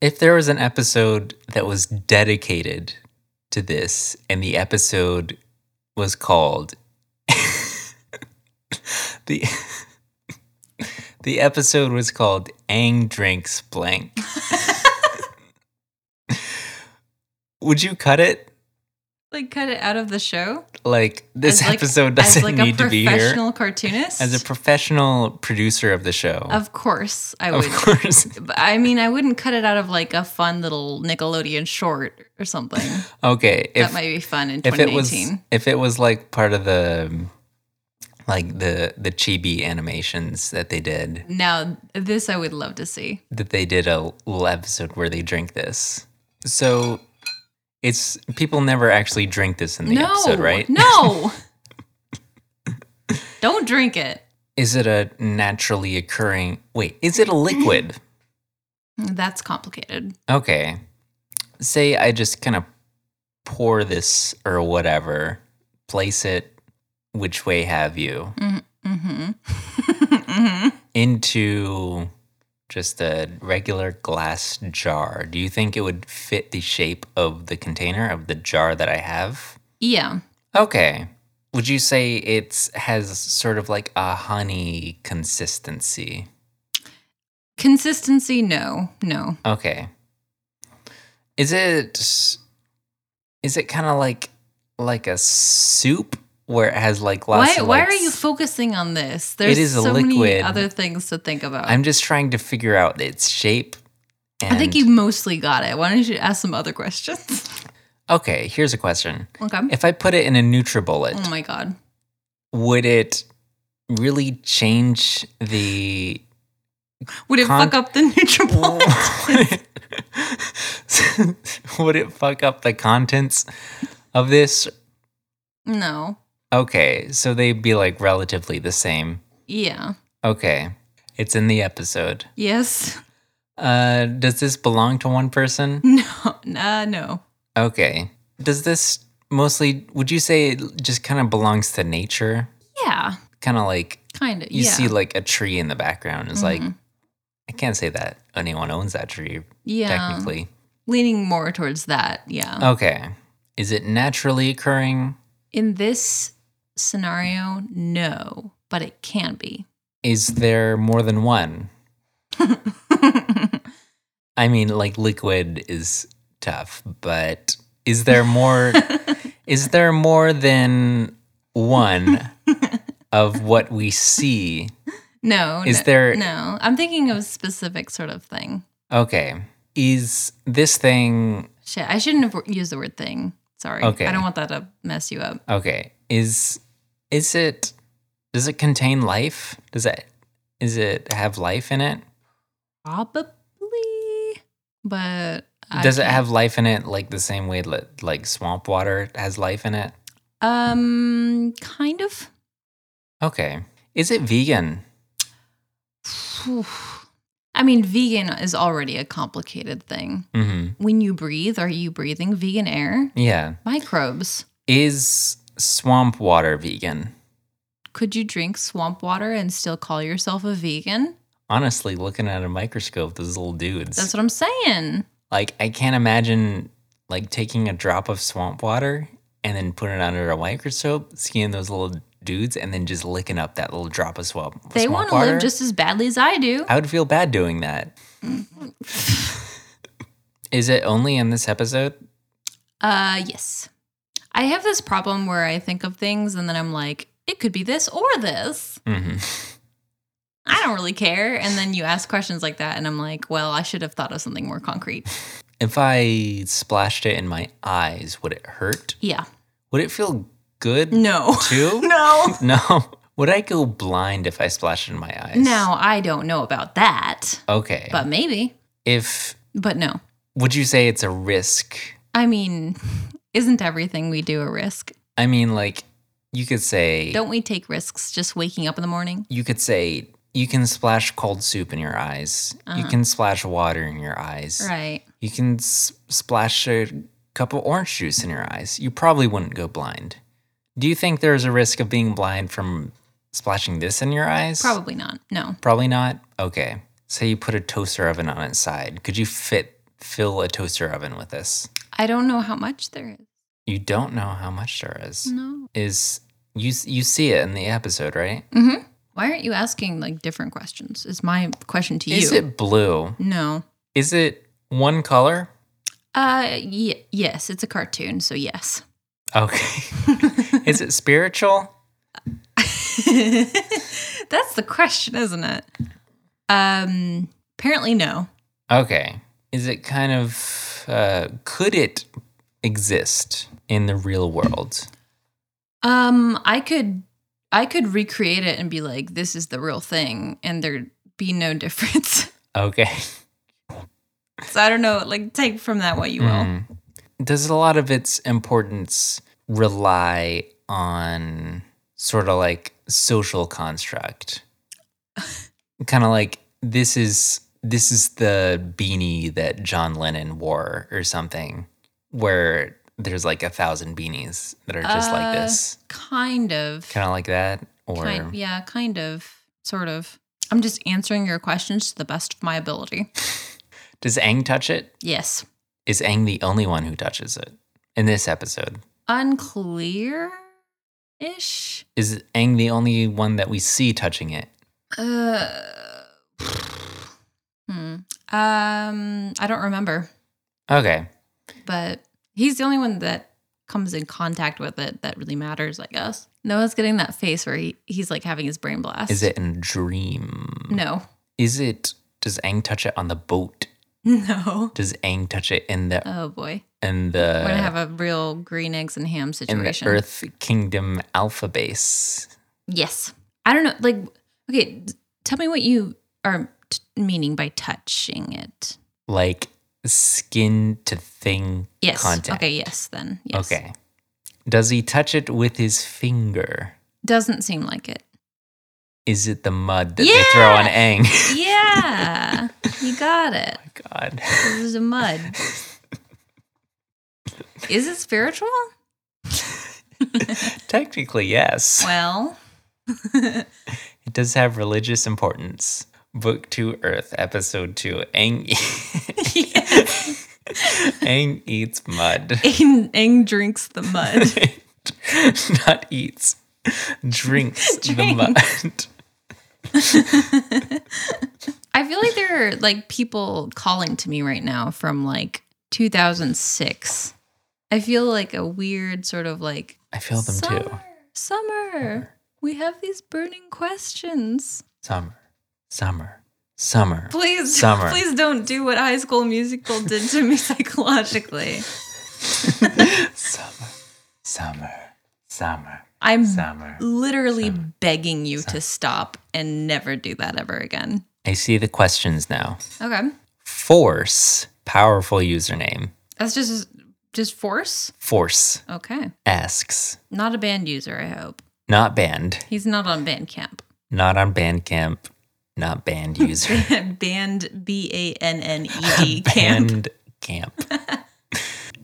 If there was an episode that was dedicated to this and the episode was called the the episode was called Ang drinks blank. Would you cut it? Like, cut it out of the show. Like this As, like- episode As doesn't like need a to be here. professional cartoonist. As a professional producer of the show, of course, I of would. course. But I mean, I wouldn't cut it out of like a fun little Nickelodeon short or something. Okay, that if might be fun in if 2018. it was if it was like part of the like the the chibi animations that they did now, this I would love to see. that they did a little episode where they drink this. So it's people never actually drink this in the no, episode, right? no. Don't drink it. Is it a naturally occurring? Wait, is it a liquid? That's complicated. Okay. Say I just kind of pour this or whatever, place it, which way have you, Mm-hmm. hmm into just a regular glass jar. Do you think it would fit the shape of the container of the jar that I have? Yeah. Okay. Would you say it has sort of like a honey consistency? Consistency, no, no. Okay. Is it is it kind of like like a soup where it has like lots Why, of why like, are you s- focusing on this? There's is a so many liquid. other things to think about. I'm just trying to figure out its shape. And, I think you mostly got it. Why don't you ask some other questions? Okay, here's a question. okay. If I put it in a NutriBullet, Oh my god. would it really change the Would it Con- Oh. fuck up the Nutribullet? would it fuck up the contents of this? no. Okay, so they'd be like relatively the same. Yeah. Okay. It's in the episode. Yes. Uh, does this belong to one person? No. Nah, no. Okay. Does this mostly, would you say it just kind of belongs to nature? Yeah. Kind of like Kind of. you Yeah. see like a tree in the background. It's like, Mhm. I can't say that anyone owns that tree, yeah. technically. Uh, Leaning more towards that. Yeah. Okay. Is it naturally occurring? In this scenario, no, but it can be. Is there more than one? I mean, like liquid is tough, but is there more? is there more than one of what we see? no. Is Oh, no, there- No. I'm thinking of a specific sort of thing. Okay, is this thing Shit. I shouldn't have used the word thing. Sorry. Okay. I don't want that to mess you up. okay? Is is it? Does it contain life? Does it? Is it have life in it? Probably. But. I Does it can't- have life in it like the same way that like swamp water has life in it? Um, kind of. Okay. Is it vegan? Oof. I mean, vegan is already a complicated thing. hmm When you breathe, are you breathing vegan air? Yeah. Microbes. Is swamp water vegan? Could you drink swamp water and still call yourself a vegan? Honestly, looking at a microscope, those little dudes. That's what I'm saying. like I can't imagine like taking a drop of swamp water and then putting it under a microscope, seeing those little dudes, and then just licking up that little drop of swamp. They swamp want to live water. just as badly as I do. I would feel bad doing that. Mm-hmm. Is it only in this episode? Uh, yes. I have this problem where I think of things and then I'm like, it could be this or this. hmm I don't really care. And then you ask questions like that, and I'm like, well, I should have thought of something more concrete. If I splashed it in my eyes, would it hurt? Yeah. Would it feel good No. too? No. No. Would I go blind if I splashed it in my eyes? Now, I don't know about that, Okay. but maybe. if But no. Would you say it's a risk? I mean, isn't everything we do a risk? I mean, like you could say Don't we take risks just waking up in the morning? you could say you can splash cold soup in your eyes. You Uh-huh. can splash water in your eyes. Right. You can s- splash a cup of orange juice in your eyes. You probably wouldn't go blind. Do you think there's a risk of being blind from splashing this in your eyes? Probably not. No. Probably not. Okay. Say you put a toaster oven on its side. Could you fit fill a toaster oven with this? I don't know how much there is. You don't know how much there is. No. Is you s- you see it in the episode, right? Mm-hmm. Why aren't you asking like different questions? Is my question to Is you. it blue? no. Is it one color? Uh y- yes, it's a cartoon, so yes. Okay. is it spiritual? That's the question, isn't it? Um apparently no. Okay. Is it kind of uh, could it exist in the real world? Um I could I could recreate it and be like this is the real thing and there'd be no difference. Okay. so I don't know, like take from that what you will. Mm. Does a lot of its importance rely on sort of like social construct? kind of like this is this is the beanie that John Lennon wore or something, where there's like a thousand beanies that are just like Uh, this, Kind of. kind of like that, or Kind, yeah, kind of, sort of. I'm just answering your questions to the best of my ability. does Aang touch it? Yes. Is Aang the only one who touches it in this episode? Unclear ish. Is Aang the only one that we see touching it? Uh, hmm. Um, I don't remember, Okay. but he's the only one that comes in contact with it that really matters, I guess. Noah's getting that face where he, he's like having his brain blast. Is it in a dream? No. Is it does Aang touch it on the boat? No. Does Aang touch it in the Oh boy. in We're gonna have the a real green eggs and ham Uh, in situation. the Earth Kingdom Alpha Base? Yes. I don't know. Like, okay, d- tell me what you are t- meaning by touching it. Like skin to thing Yes. contact. Okay. Yes. Then. Yes. Okay. Does he touch it with his finger? Doesn't seem like it. Is it the mud that they throw on Aang? Yeah. you got it. God. It was a mud. Is it spiritual? Technically, yes. Well, It does have religious importance. Book Two Earth, Episode Two. Aang, E- yes. Aang eats mud. Aang, Aang drinks the mud. Not eats, drinks, the mud. I feel like there are like people calling to me right now from like 2006. I feel like a weird sort of like I feel them too. Summer, we have these burning questions. Summer, summer, summer. Please, Summer. please don't do what High School Musical did to me psychologically. summer, summer, summer, I'm summer. literally begging you to stop and never do that ever again. I see the questions now. Okay, Force, powerful username. that's just just force. Force Okay, asks, not a band user. I hope not banned, he's not on Bandcamp. not on Bandcamp, not banned user. band B A N N E D camp. Band camp.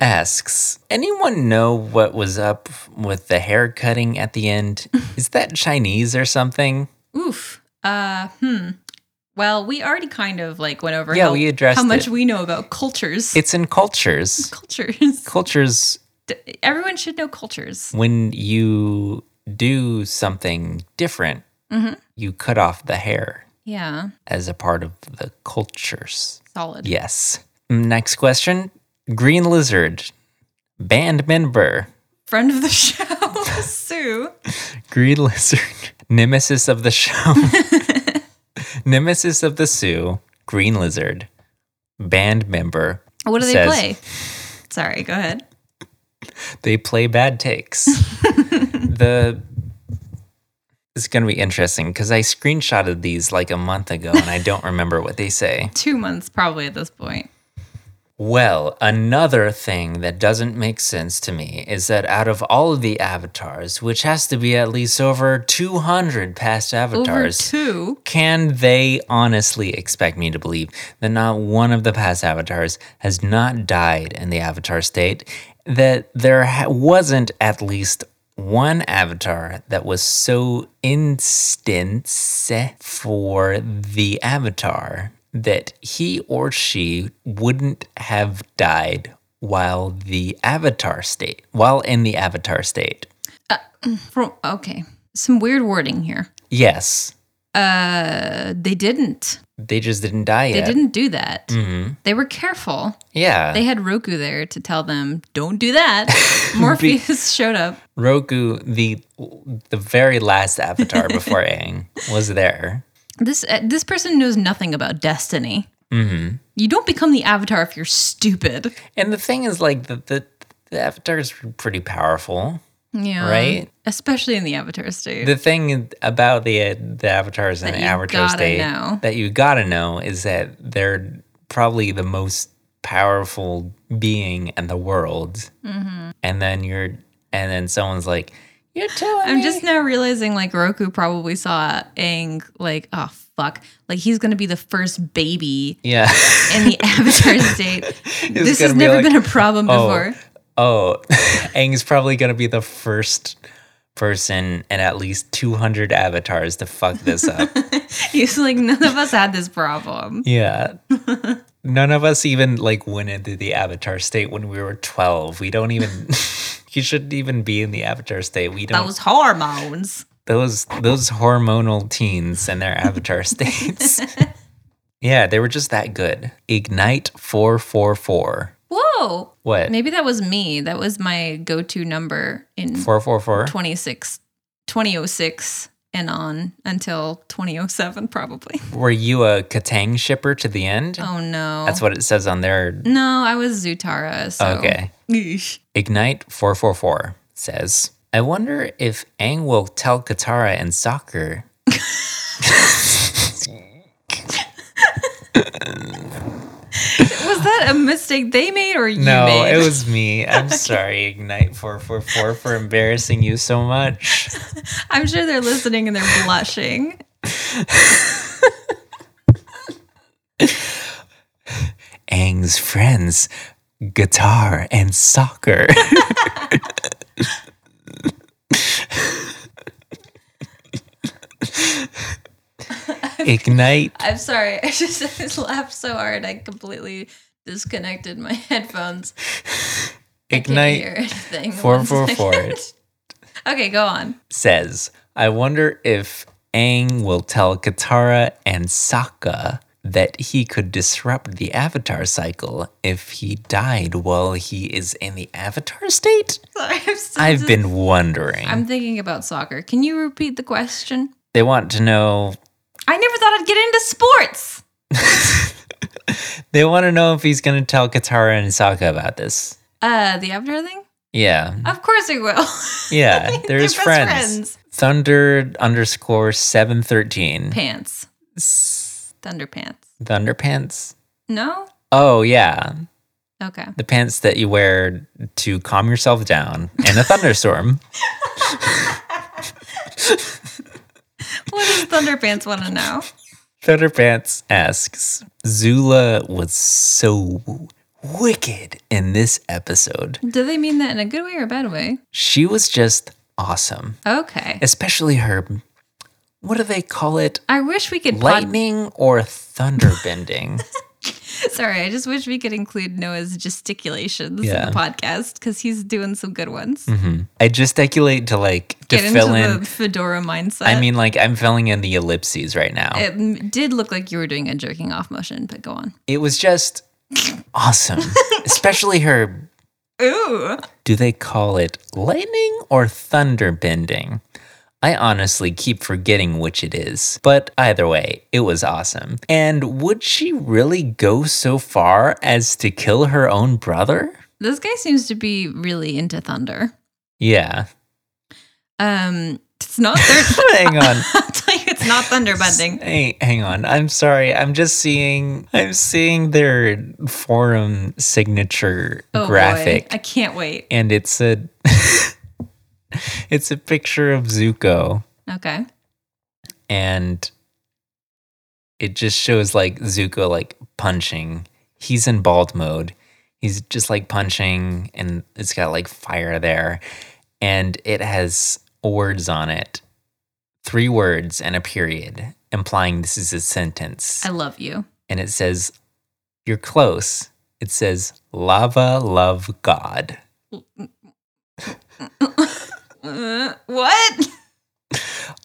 Asks, anyone know what was up with the hair cutting at the end? Is that Chinese or something? Oof. Uh, hmm. Well, we already kind of like went over Yeah, how, we addressed how much it. we know about cultures. It's in cultures. cultures. Cultures, D- Everyone should know cultures. when you do something different, Mhm. you cut off the hair Yeah. as a part of the cultures. Solid. Yes. Next question Green Lizard, band member. Friend of the show, Sue. Green Lizard, Nemesis of the Show, Nemesis of the Sioux, Green Lizard, band member. What do they Says- play? Sorry, go ahead. They play bad takes. the it's going to be interesting because I screenshotted these like a month ago and I don't remember what they say. Two months probably at this point. Well, another thing that doesn't make sense to me is that out of all of the avatars, which has to be at least over 200 past Over avatars, two. can they honestly expect me to believe that not one of the past avatars has not died in the avatar state? That there ha- wasn't at least one avatar that was so instance for the avatar that he or she wouldn't have died while the avatar state, while in the avatar state. From, okay. Some weird wording here. Yes, Uh, they didn't. they just didn't die They yet. didn't do that. hmm They were careful. Yeah. They had Roku there to tell them, don't do that. Morpheus showed up. Roku, the the very last avatar before Aang, was there. This uh, this person knows nothing about destiny. hmm You don't become the avatar if you're stupid. And the thing is, like the the, the avatar is pretty powerful. Yeah. Right? Especially in the avatar state. The thing about the the avatars and That the you avatar gotta state know. that you gotta know is that they're probably the most powerful being in the world. Mm-hmm. And then you're, and then someone's like, "You're telling I'm me just now realizing like Roku probably saw Aang like, oh fuck. Like he's gonna be the first baby yeah." in the avatar state. this gonna has be never like, been a problem "Oh, before. Oh, Aang's probably gonna be the first person in at least 200 avatars to fuck this up. He's like, none of us had this problem. yeah. None of us even like went into the avatar state when we were 12. We don't even you shouldn't even be in the avatar state. We don't Those hormones. those those hormonal teens and their avatar states. yeah, they were just that good. Ignite 444. Whoa. What? Maybe that was me. That was my go to number in 444? 26, 2006 and on until 2007, probably. Were you a Katang shipper to the end? Oh no. That's what it says on their No, I was Zutara. So. Okay. Yeesh. Ignite444 says, I wonder if Aang will tell Katara and Soccer. Was that a mistake they made or you No, made? it was me. I'm sorry, Ignite444, for embarrassing you so much. I'm sure they're listening and they're blushing. Aang's friends, guitar and soccer. Ignite I'm sorry. I just, I just laughed so hard I completely disconnected my headphones. Ignite I can't hear anything. four, One four, four. second. okay, go on. says, I wonder if Aang will tell Katara and Sokka that he could disrupt the avatar cycle if he died while he is in the avatar state? Sorry, I'm still I've just- been wondering. I'm thinking about soccer. Can you repeat the question? they want to know I never thought I'd get into sports. they want to know if he's going to tell Katara and Sokka about this. Uh, the avatar thing? Yeah. Of course I will. Yeah, They're they're his best friends. friends. Thunder underscore 713. Pants. S- Thunder pants. Thunderpants? No? Oh, yeah. Okay. the pants that you wear to calm yourself down in a thunderstorm. What does Thunder Pants want to know? Thunderpants asks, Zula was so wicked in this episode. Do they mean that in a good way or a bad way? She was just awesome, Okay. especially her. What do they call it? I wish we could. Pod- Lightning or thunder bending? Sorry, I just wish we could include Noah's gesticulations Yeah. in the podcast because he's doing some good ones. Mhm. I gesticulate to like to Get into fill in. the fedora mindset. I mean, like I'm filling in the ellipses right now. it m- did look like you were doing a jerking off motion, but go on. it was just awesome, especially her Ooh. Do they call it lightning or thunder bending? I honestly keep forgetting which it is, but either way, it was awesome. And would she really go so far as to kill her own brother? This guy seems to be really into thunder. Yeah. Um, it's not their. Hang on. I'll tell you, That's not thunderbending. Hey, hang on. I'm sorry. I'm just seeing. I'm seeing their forum signature Oh graphic, boy, I can't wait. and it's a. it's a picture of Zuko, Okay. and it just shows like Zuko like punching. He's in bald mode. He's just like punching, and it's got like fire there, and it has words on it, three words and a period, implying this is a sentence I love you. and it says, You're close. It says, Lava love God. Uh, what?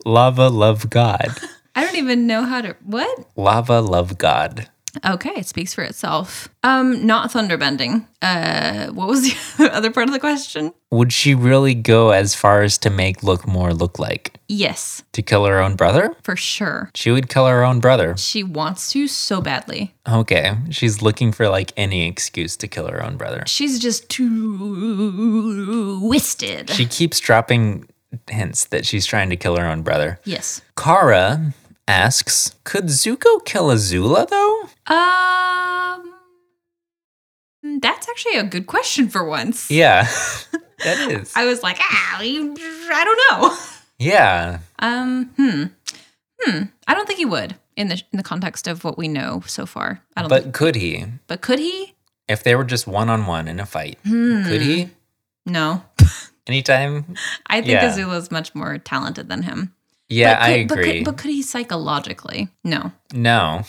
Lava love God. I don't even know how to. What? Lava love God. Okay, it speaks for itself. Um, not thunderbending. Uh, what was the other part of the question? Would she really go as far as to make look more look like? Yes, To kill her own brother? for sure. She would kill her own brother. She wants to so badly. Okay. She's looking for like any excuse to kill her own brother. She's just too twisted. She keeps dropping hints that she's trying to kill her own brother. yes. Kara asks, Could Zuko kill Azula though? Um, that's actually a good question for once. Yeah. that is. I was like, ah, you- I don't know. Yeah. Um, hmm, hmm. I don't think he would in the in the context of what we know so far. I don't. But think, could he? but could he? If they were just one on one in a fight, Hmm. could he? No, Anytime? I think Yeah. Azula's much more talented than him. Yeah, But I could- agree. But could, but could he psychologically? No. no,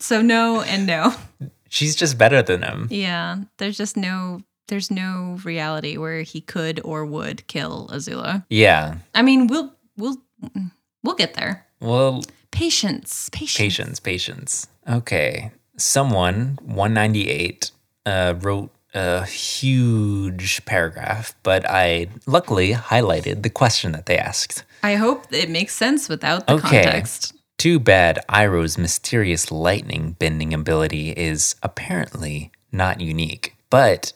So no and no. she's just better than him. Yeah, there's just no. There's no reality where he could or would kill Azula. Yeah. I mean, we'll we'll we'll get there. Well, Patience, patience. patience, patience. Okay. Someone, 198, uh, wrote a huge paragraph, but I luckily highlighted the question that they asked. I hope it makes sense without the Okay. context. Too bad Iroh's mysterious lightning bending ability is apparently not unique. But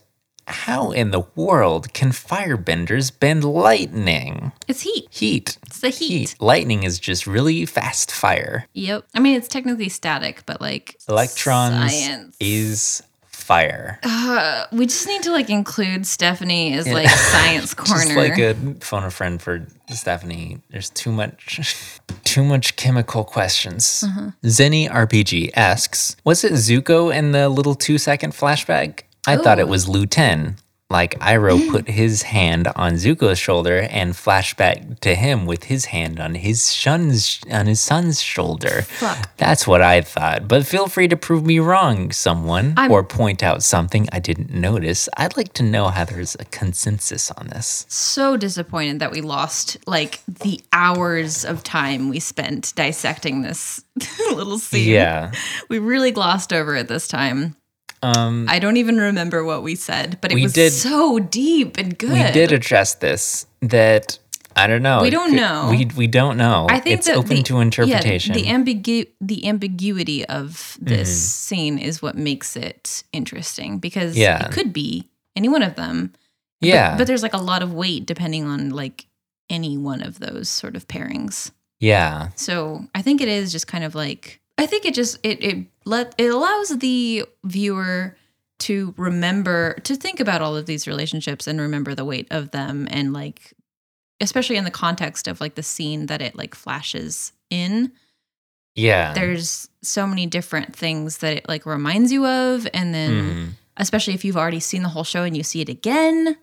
how in the world can firebenders bend lightning? It's heat. Heat. It's the heat. Lightning is just really fast fire. Yep. I mean, it's technically static, but like Electrons science. is fire. Uh, we just need to like include Stephanie as Yeah. like science corner. Just like a phone a friend for Stephanie. There's too much, too much chemical questions. Mm-hmm. Zenny RPG asks, was it Zuko in the little two second flashback? I thought it was Luten. Like Mm. Iroh put his hand on Zuko's shoulder and flashback to him with his hand on his son's on his son's shoulder. Fuck. That's what I thought. But feel free to prove me wrong, someone, I'm- or point out something I didn't notice. I'd like to know how there's a consensus on this. so disappointed that we lost like the hours of time we spent dissecting this little scene. Yeah. We really glossed over it this time. Um I don't even remember what we said, but it We was did- so deep and good. we did address this that I don't know. We it don't know. We we don't know. I think it's that open the- to interpretation. Mm-hmm. Yeah, the ambigu- the ambiguity of this scene is what makes it interesting because Yeah. it could be any one of them. but- yeah. But, there's like a lot of weight depending on like any one of those sort of pairings. yeah. So I think it is just kind of like I think it just it it let it allows the viewer to remember to think about all of these relationships and remember the weight of them and like especially in the context of like the scene that it like flashes in Yeah. there's so many different things that it like reminds you of and then Mhm. especially if you've already seen the whole show and you see it again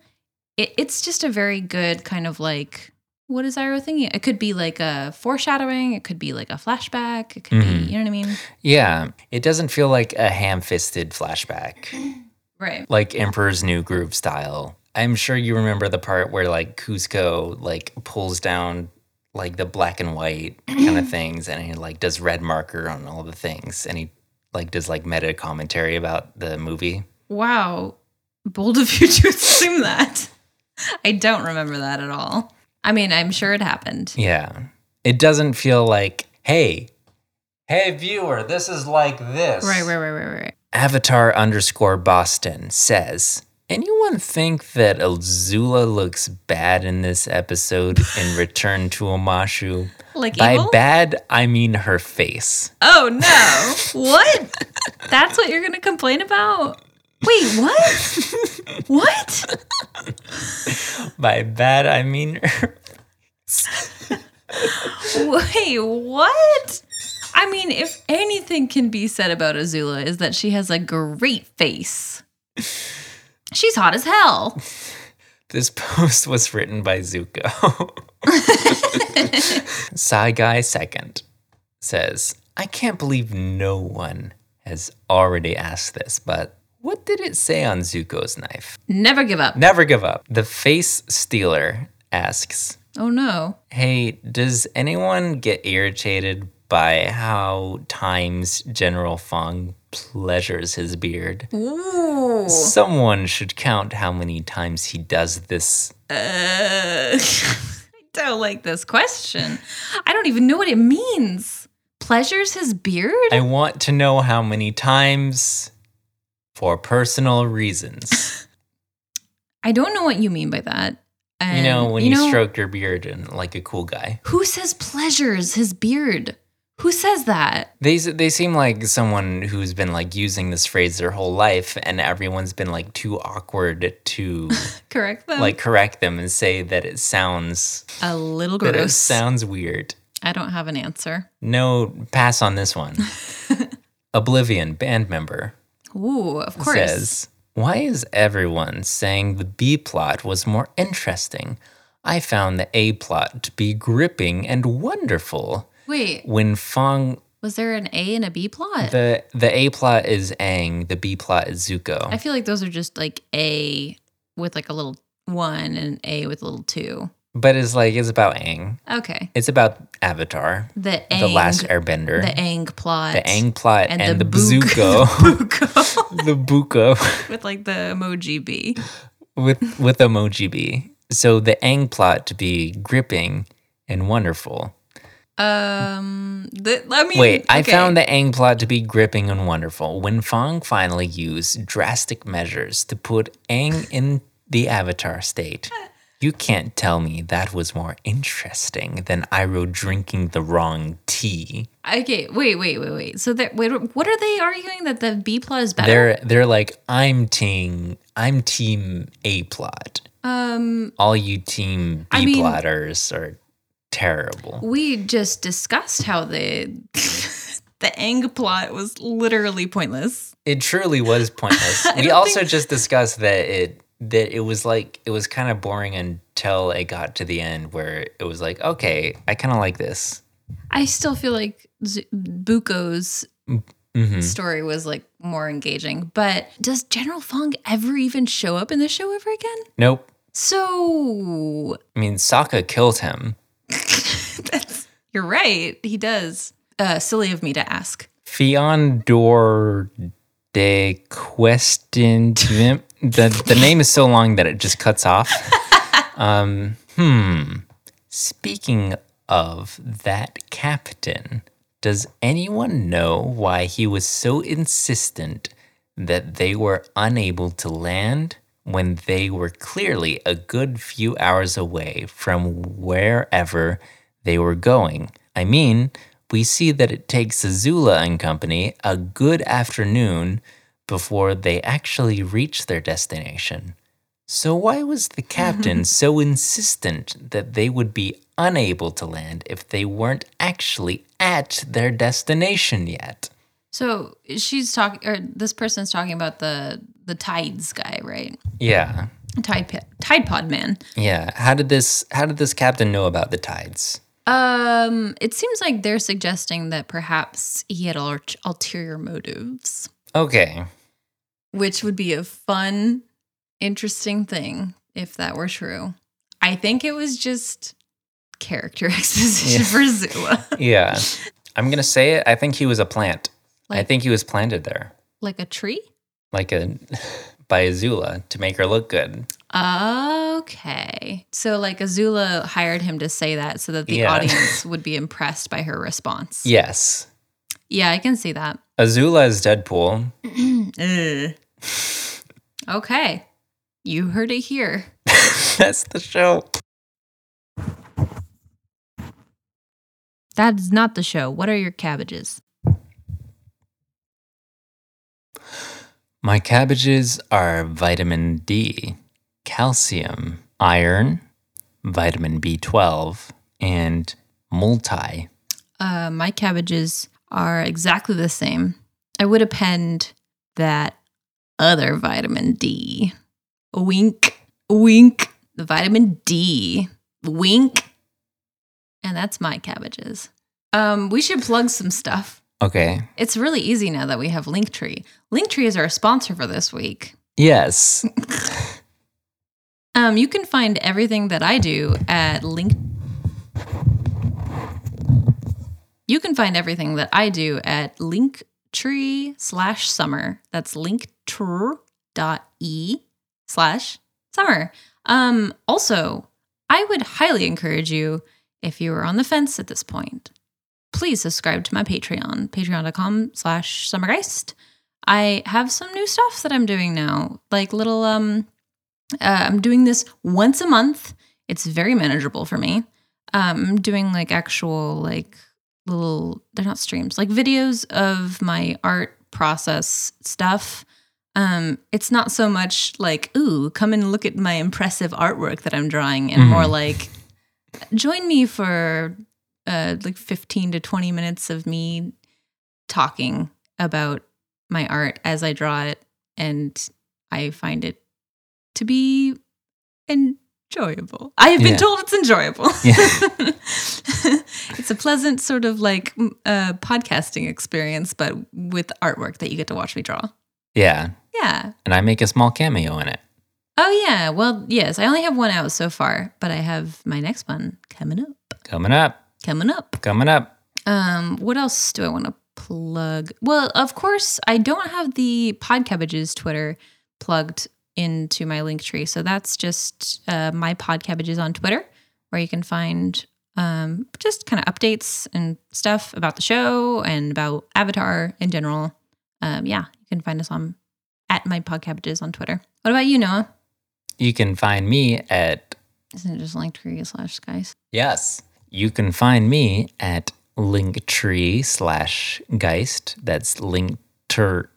it, it's just a very good kind of like what is Iroh thinking? It could be like a foreshadowing. It could be like a flashback. It could Mhm. be, you know what I mean? Yeah. It doesn't feel like a ham fisted flashback. Right. like Emperor's New Groove style. I'm sure you remember the part where like Cusco like pulls down like the black and white kind of things and he like does red marker on all the things and he like does like meta commentary about the movie. Wow. Bold of you to assume that. I don't remember that at all. I mean, I'm sure it happened. Yeah. It doesn't feel like, hey, hey viewer, this is like this. Right, right, right, right, right. Avatar underscore Boston says, anyone think that Azula looks bad in this episode in Return to Omashu? Like By evil? bad, I mean her face. oh no! what? That's what you're gonna complain about? Wait, what? what? By bad, I mean her. Wait, what? I mean, if anything can be said about Azula is that she has a great face. She's hot as hell. This post was written by Zuko. Sai Guy Second says, I can't believe no one has already asked this, but what did it say on Zuko's knife? Never give up. Never give up. The face stealer asks, Oh no. Hey, does anyone get irritated by how Times General Fong pleasures his beard? Ooh. Someone should count how many times he does this. Uh, I don't like this question. I don't even know what it means. Pleasures his beard? I want to know how many times for personal reasons. I don't know what you mean by that. you know, And, when you, stroke your beard and like a cool guy. Who says pleasures his beard? Who says that? They, s- they seem like someone who's been like using this phrase their whole life and everyone's been like too awkward to Correct them. like correct them and say that it sounds a little that it gross. sounds weird. I don't have an answer. No, pass on this one. Oblivion band member Ooh, of course. says, "Why is everyone saying the B plot was more interesting? I found the A plot to be gripping and wonderful." Wait, When Fong was there an A and a B plot? the the A plot is Aang, the B plot is Zuko. I feel like those are just like A with like a little one and A with a little two. but it's like it's about Aang. Okay. It's about Avatar, The Aang, the last Airbender. the Aang plot. the Aang plot and, the, book- bazooka, the buko the buko. with like the emoji B. with with emoji B. So the Aang plot to be gripping and wonderful. Um, the, I mean, Wait, I Mm, okay. found the Aang plot to be gripping and wonderful. When Fong finally used drastic measures to put Aang in the Avatar state, you can't tell me that was more interesting than Iroh drinking the wrong tea. Okay, wait, wait, wait, wait. So that wait, what are they arguing that the B plot is better? They're they're like I'm team I'm team A plot. um, All you team I B mean- plotters are terrible. we just discussed how the the Aang plot was literally pointless. It truly was pointless. we don't also think- just discussed that it that it was like it was kind of boring until it got to the end where it was like, okay, I kind of like this. I still feel like Z- Buko's hmm story was like more engaging, but does General Fong ever even show up in the show ever again? Nope. So I mean, Sokka killed him. that's you're right. He does. Uh, silly of me to ask. Fiondor de Questin. The the name is so long that it just cuts off. Um, hmm. Speaking of that captain, does anyone know why he was so insistent that they were unable to land when they were clearly a good few hours away from wherever they were going? I mean, we see that it takes Azula and company a good afternoon before they actually reach their destination. So, why was the captain so insistent that they would be unable to land if they weren't actually at their destination yet? So she's talking, or this person's talking about the the tides guy, right? Yeah. Tide Pod, Tide Pod Man. Yeah. How did this how did this captain know about the tides? Um, it seems like they're suggesting that perhaps he had ul- ulterior motives, Okay. which would be a fun, interesting thing if that were true. I think it was just character exposition Yeah. for Zula, Yeah. I'm gonna say it. I think he was a plant. I Like- think he was planted there. like a tree. Like a by Azula to make her look good. Okay. So like Azula hired him to say that so that the Yeah. audience would be impressed by her response. Yes. Yeah, I can see that. Uh. Azula is Deadpool. okay. You heard it here. That's the show. That's not the show. What are your cabbages? My cabbages are vitamin D, calcium, iron, vitamin B12, and multi. Uh, my cabbages are exactly the same. I would append that other vitamin D. Wink, wink. The vitamin D. Wink. And that's my cabbages. Um, we should plug some stuff. Okay. It's really easy now that we have Linktree. Linktree is our sponsor for this week. Yes. Um, you can find everything that I do at link. You can find everything that I do at linktree slash summer. That's linktree.e slash summer. Um, also, I would highly encourage you, if you are on the fence at this point, please subscribe to my Patreon, patreon.com slash summergeist. I have some new stuff that I'm doing now, like little um uh, I'm doing this once a month. It's very manageable for me. Um, I'm doing like actual like little they're not streams like videos of my art process stuff. Um, it's not so much like ooh come and look at my impressive artwork that I'm drawing, and Mhm. more like join me for uh, like 15 to 20 minutes of me talking about my art as I draw it, and I find it to be enjoyable. I have been Yeah. told it's enjoyable. Yeah. it's a pleasant sort of like m- uh, podcasting experience, but with artwork that you get to watch me draw. yeah. Yeah. And I make a small cameo in it. Oh, yeah. Well, yes, I only have one out so far, but I have my next one coming up. Coming up. Coming up. Coming up. Um, what else do I want to plug? Well, of course, I don't have the Podcabbages Twitter plugged into my link tree, so that's just uh, my Podcabbages on Twitter, where you can find um, just kind of updates and stuff about the show and about Avatar in general. Um, yeah, you can find us on at my Podcabbages on Twitter. What about you, Noah? You can find me at Isn't it just linktree slash skies? Yes. You can find me at linktree slash geist. That's linkter.ee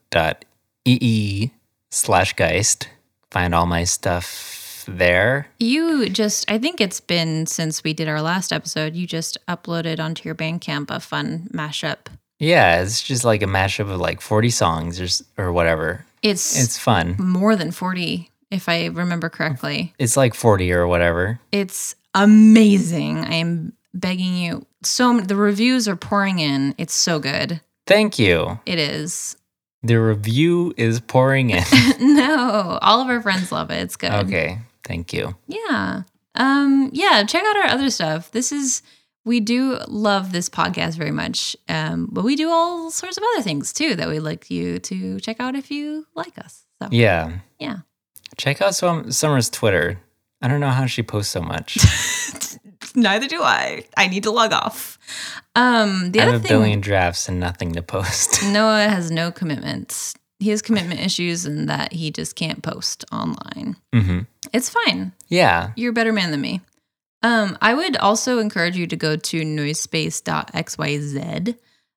E slash geist. Find all my stuff there. You just, I think it's been since we did our last episode, you just uploaded onto your Bandcamp a fun mashup. Yeah, it's just like a mashup of like 40 songs or, s- or whatever. It's, It's fun. more than 40, if I remember correctly. It's like 40 or whatever. It's amazing. I am begging you. So m- the reviews are pouring in. It's so good. Thank you. It is. The review is pouring in. no, all of our friends love it. It's good. okay. Thank you. Yeah. Um, yeah, check out our other stuff. This is we do love this podcast very much. Um, but we do all sorts of other things too that we'd like you to check out if you like us. So Yeah. Yeah. Check out Sum- Summer's Twitter. I don't know how she posts so much. neither do I. I need to log off. Um the I other have a thing Mm. billion drafts and nothing to post. Noah has no commitments. He has commitment issues and that he just can't post online. hmm It's fine. Yeah. You're a better man than me. Um, I would also encourage you to go to noisespace.xyz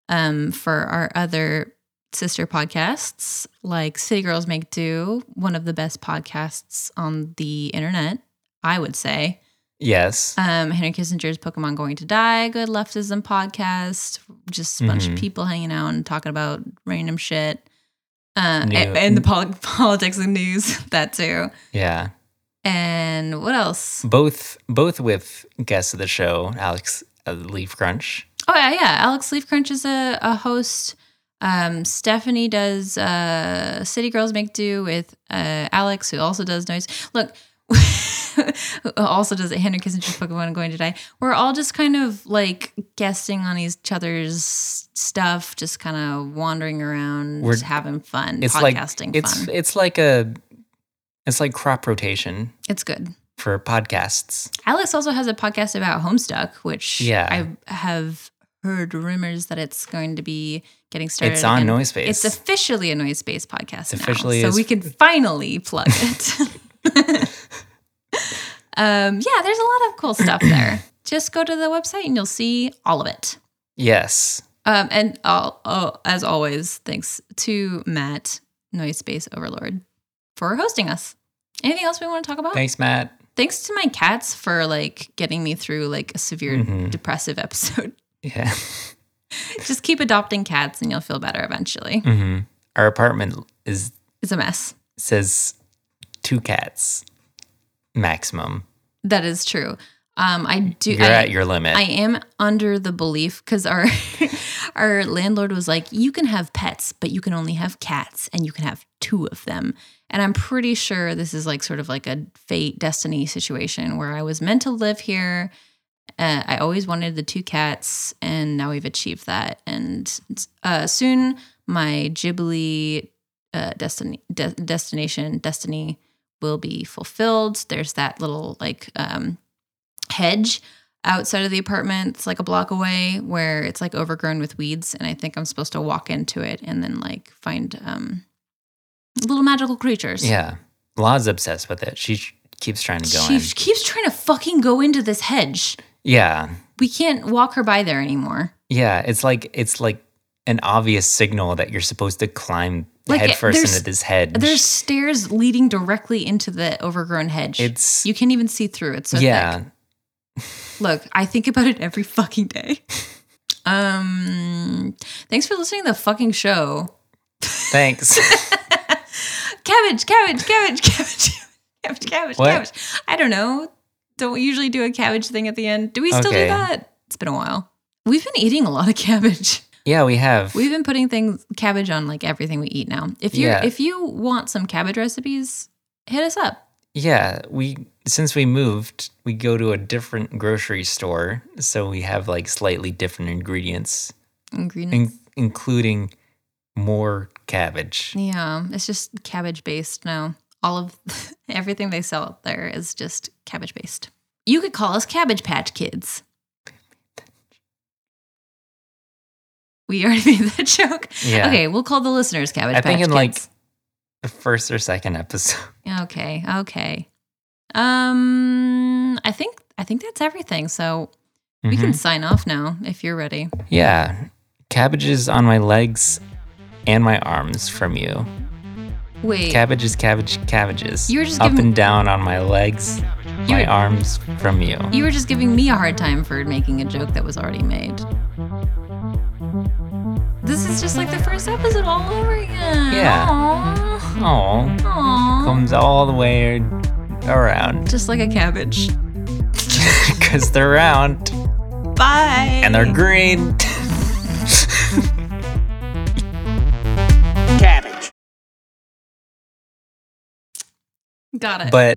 um, for our other sister podcasts, like City Girls Make Do, one of the best podcasts on the internet, I would say. Yes. Um, Henry Kissinger's Pokemon Going to Die, Good Leftism podcast, just a bunch Mhm. of people hanging out and talking about random shit. Uh, New- and, and the pol- politics and news, that too. yeah. And what else? Both both with guests of the show, Alex uh, Leaf Crunch. Oh yeah, yeah. Alex Leaf Crunch is a, a host. Um, Stephanie does uh, City Girls Make Do with uh, Alex, who also does noise. Look, who also does Henry Kissinger's Pokemon Going to Die. We're all just kind of like guesting on each other's stuff, just kind of wandering around, We're- just having fun, It's like podcasting it's fun. it's like a it's like crop rotation It's good. for podcasts. Alex also has a podcast about Homestuck, which Yeah. I have heard rumors that it's going to be getting started. It's on and Noise It's Space. officially a noise based podcast It's officially now, is- so we can finally plug it. um, yeah, there's a lot of cool stuff there. Just go to the website and you'll see all of it. Yes. Um, and I'll, oh, as always, thanks to Matt, Noise Space Overlord, for hosting us. Anything else we want to talk about? Thanks, Matt. Thanks to my cats for like getting me through like a severe Mhm. depressive episode. Yeah. Just keep adopting cats and you'll feel better eventually. hmm Our apartment is It's a mess. says two cats maximum. That is true. Um, I do. You're I, at your limit. I am under the belief because our our landlord was like, you can have pets, but you can only have cats, and you can have two of them. And I'm pretty sure this is like sort of like a fate destiny situation where I was meant to live here. Uh, I always wanted the two cats, and now we've achieved that. And uh, soon, my Ghibli uh, destiny de- destination destiny will be fulfilled. There's that little like um, hedge outside of the apartment. It's like a block away where it's like overgrown with weeds, and I think I'm supposed to walk into it and then like find um, little magical creatures. yeah. La's obsessed with it. She sh- keeps trying to go She in. keeps trying to fucking go into this hedge. yeah. We can't walk her by there anymore. Yeah. It's like it's like an obvious signal that you're supposed to climb Like, headfirst there's- into this hedge. There's stairs leading directly into the overgrown hedge. it's you can't even see through it. So yeah. yeah. Look, I think about it every fucking day. Um, thanks for listening to the fucking show. Thanks. Cabbage, cabbage, cabbage, cabbage, cabbage, cabbage, What? cabbage. I don't know. Don't we usually do a cabbage thing at the end? Do we still Okay. do that? It's been a while. We've been eating a lot of cabbage. yeah, we have. We've been putting things cabbage on like everything we eat now. If you Yeah. if you want some cabbage recipes, hit us up. yeah, we since we moved, we go to a different grocery store, so we have like slightly different ingredients, Ingredients. in- including more cabbage. yeah, it's just cabbage based now. All of everything they sell out there is just cabbage based. You could call us Cabbage Patch Kids. We already made that joke. Yeah. Okay, we'll call the listeners Cabbage I Patch think in, like, Kids. The first or second episode. okay, okay. Um, I think I think that's everything. So We can Mhm. sign off now if you're ready. Yeah. Cabbages on my legs and my arms from you. Wait. Cabbages, cabbage, cabbages. You were just up giving- and down on my legs, my arms from you. you were just giving me a hard time for making a joke that was already made. This is just like the first episode all over again. Yeah. Aww. Oh, comes all the way around. Just like a cabbage. because they're round Bye. and they're green. Cabbage. Got it. But